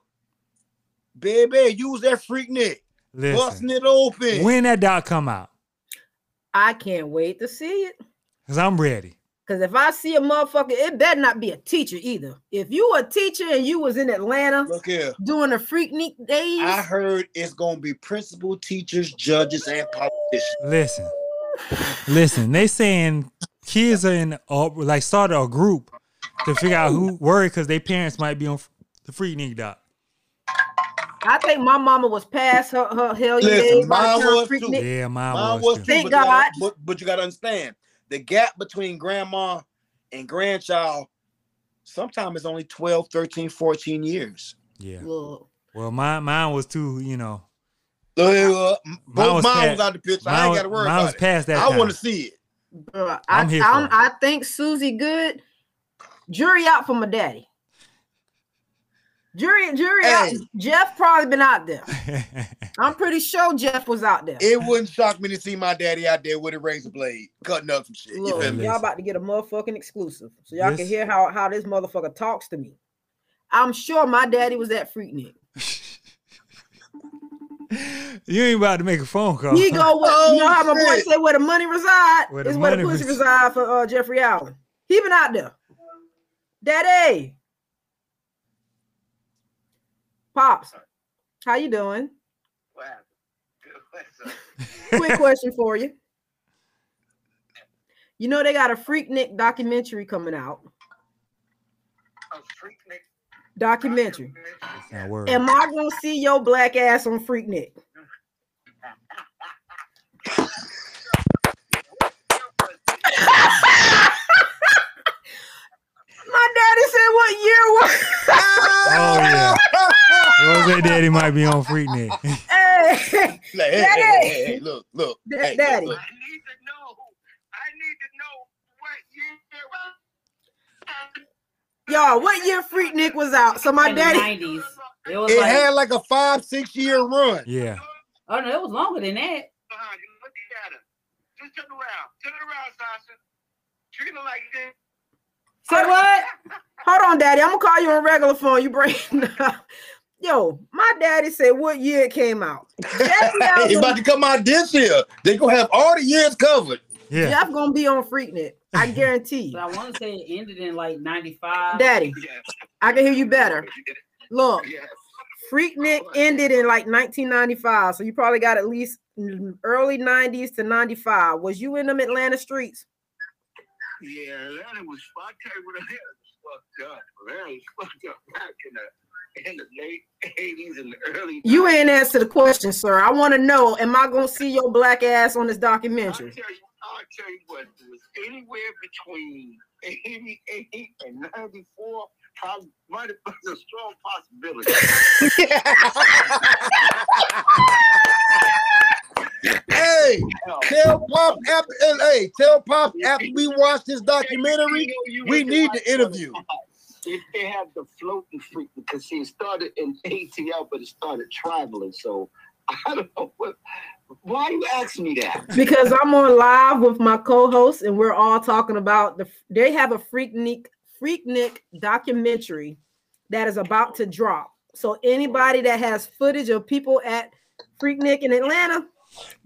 baby, use that freak neck. busting Listen, it open. when that doc come out, I can't wait to see it. cause I'm ready. Cause if I see a motherfucker, it better not be a teacher either. If you a teacher and you was in Atlanta Look here. doing the freaknik days, I heard it's gonna be principal, teachers, judges, and politicians. Listen, listen. They saying kids are in uh, like started a group to figure out who worried because their parents might be on f- the free nigga doc. I think my mama was past her, her hell yeah. Listen, days by the mine time was Freak too. Nick- Yeah, mine, Mine was, was too. too, Thank but, you gotta- God. but, but you gotta understand the gap between grandma and grandchild sometimes it's only 12, 13, 14 years. Yeah. Look, Well, mine mine was too. You know, Uh, both was mine bad. was out the picture. mine, I ain't was- gotta worry mine was about it. past that. I time. want to see it. bruh, I, I'm here for I'm- it. I think Susie Good, jury out for my daddy. Jury, jury out. Hey. Jeff probably been out there. I'm pretty sure Jeff was out there. It wouldn't shock me to see my daddy out there with a razor blade cutting up some shit. You Look, feel Yeah, me? y'all listen. about to get a motherfucking exclusive. So y'all can This- hear how, how this motherfucker talks to me. I'm sure my daddy was that Freaknik. you ain't about to make a phone call. He go with, you know how my boy shit. said where the money reside Where the is where the money pussy res- reside for uh, Jeffrey Allen. He been out there. Daddy. Pops, how you doing? Quick question for you. You know they got a Freaknik documentary coming out. Documentary. That's not a word. Am I gonna see your black ass on Freaknik? My daddy said, "What year was?" Oh yeah. Rose Daddy might be on Freaknik. hey, Like, hey, hey, hey, hey, hey, look, look. Da- hey, look, daddy. look. need to know. I need to know what year. y'all, what year Freaknik was out? So my in the daddy, 90s. It was It like, had like a five, six year run. yeah. oh no, it was longer than that. Behind you, look at him. Just turn around. Turn around, Sasha. Treat him like this. say what? Hold on, daddy. I'm gonna call you on regular phone. You brain. Yo, my daddy said what year it came out. Jeffrey It's Allen about to come out this year. They gonna have all the years covered. Yeah. Jeff gonna be on Freaknik. I guarantee But you. I want to say it ended in like 95. Daddy, Yes. I can hear you better. Look, Yes. Freaknik ended in like 1995, so you probably got at least mm, early 90s to 95. Was you in them Atlanta streets? Yeah, Atlanta was. I tell you what, Atlanta was fucked up. Atlanta was fucked up back in the in the late '80s and the early. You ain't answer the question, sir. I want to know: Am I gonna see your black ass on this I'll tell documentary? you, I'll tell you what, it was anywhere between 88 and 94 probably might have been a strong possibility. Hey, Hell, tell Pop after hey, tell Pop after we watch this documentary, you we ain't need right the interview. If they have the floating freak, because see, it started in ATL, but it started traveling. So I don't know what. Why you ask me that? Because I'm on live with my co-host, and we're all talking about the. They have a Freaknik Freaknik documentary that is about to drop. So anybody that has footage of people at Freaknik in Atlanta,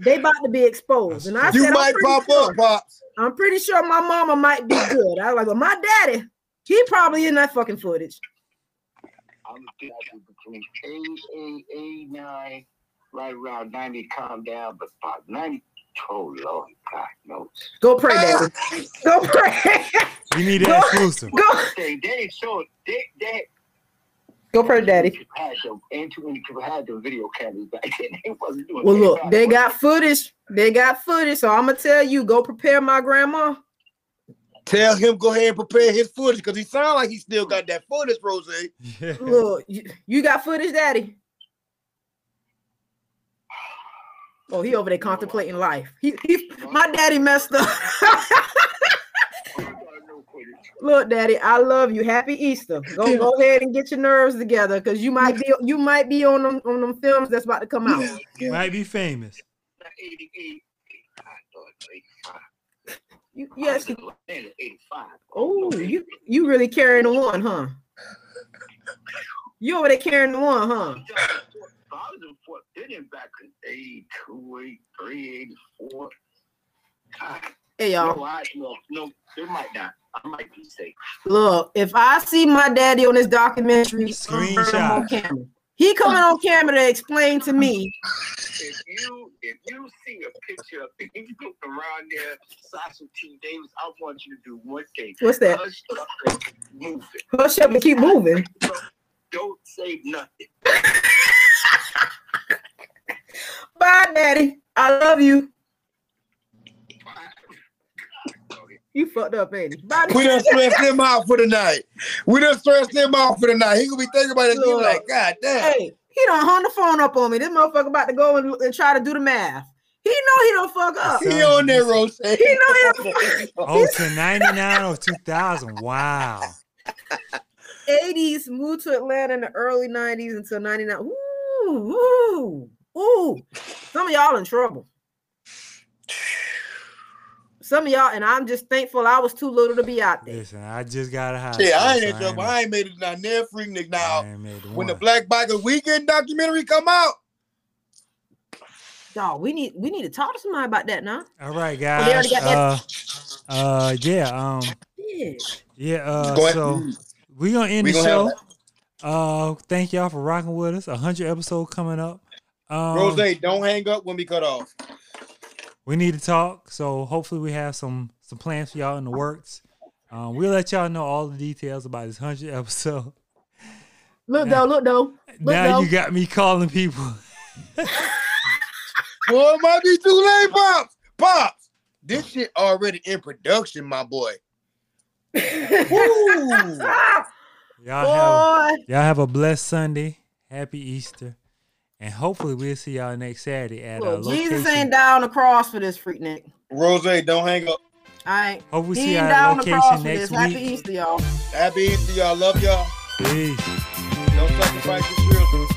they about to be exposed. And I You said, might I'm pretty pop sure, up, Pops. I'm pretty sure my mama might be good. I was like, well, my daddy, he probably in that fucking footage. I'm thinking between 8889, right around 90, calm down, but about 90. Oh, Lord, God, no. Go pray, daddy. Go pray. You need that exclusive. go, They, they showed, they, they, go pray, daddy. had the, and too many people had the video cameras back then. They wasn't doing Well, that look, back they then. got footage. They got footage. So I'm gonna tell you, go prepare my grandma. Tell him go ahead and prepare his footage because he sounds like he still got that footage, Rose. Yeah. Look, you, you got footage, daddy. Oh, he over there contemplating life. He, he my daddy messed up. We got no footage. Look, Daddy, I love you. Happy Easter. Go go ahead and get your nerves together, cause you might be you might be on them on them films that's about to come out. Might be famous. Not 88. God, Lord, 85. You, yes. I was in Atlanta, 85. Oh, you you really carrying the one, huh? You over there carrying the one, huh? I was in Fort Benning back in 82, 83, 84. God, Hey no, y'all, I, no, no, it might not. I might be safe. look. If I see my daddy on this documentary, I'm bringing him on Screenshot. camera. he coming on camera to explain to me if you if you see a picture of you look around there, Sasha T Davis, I want you to do one thing. What's that? Hush up and move it. Hush up and keep moving. Don't say nothing. Bye, Daddy. I love you. You fucked up, ain't he? Bye. We done stressed him out for the night. We done stressed him out for the night. He gonna be thinking about it. He Look. like, God damn. Hey, he don't hung the phone up on me. This motherfucker about to go and, and try to do the math. He know he don't fuck up. He on there, Rose. He He know he don't Oh, to 99 or 2000. Wow. 80s, moved to Atlanta in the early 90s until 99. Ooh, ooh, ooh. Some of y'all in trouble. Some of y'all, and I'm just thankful I was too little to be out there. Listen, I just got a high. Shit, I ain't in so trouble. I ain't made it down there, freak Nick. I Now, ain't made when the one. Black Biker Weekend documentary come out, Dog, we need we need to talk to somebody about that now. All Oh, right, they already guys. got Uh, uh, yeah, um, Shit. yeah. Uh, Go ahead. so we gonna end We the gonna have show. Uh, thank y'all for rocking with us. A hundred episode coming up. Um, Rose, don't hang up when we cut off. we need to talk. So hopefully we have some some plans for y'all in the works. Um, we'll let y'all know all the details about this hundred episode. Look Now- though, look though. Look now though. you got me calling people. Boy, it might be too late, Pops. Pops, this shit already in production, my boy. Woo! Y'all have Boy, y'all have a blessed Sunday. Happy Easter, and hopefully we'll see y'all next Saturday at a look, Jesus location. ain't down the cross for this freak Nick. Rose, don't hang up. All right. Hope we see He ain't y'all down at the cross location for this. next Happy week. Easter, y'all. Happy Easter, y'all. Love y'all. Peace. Don't sacrifice your children.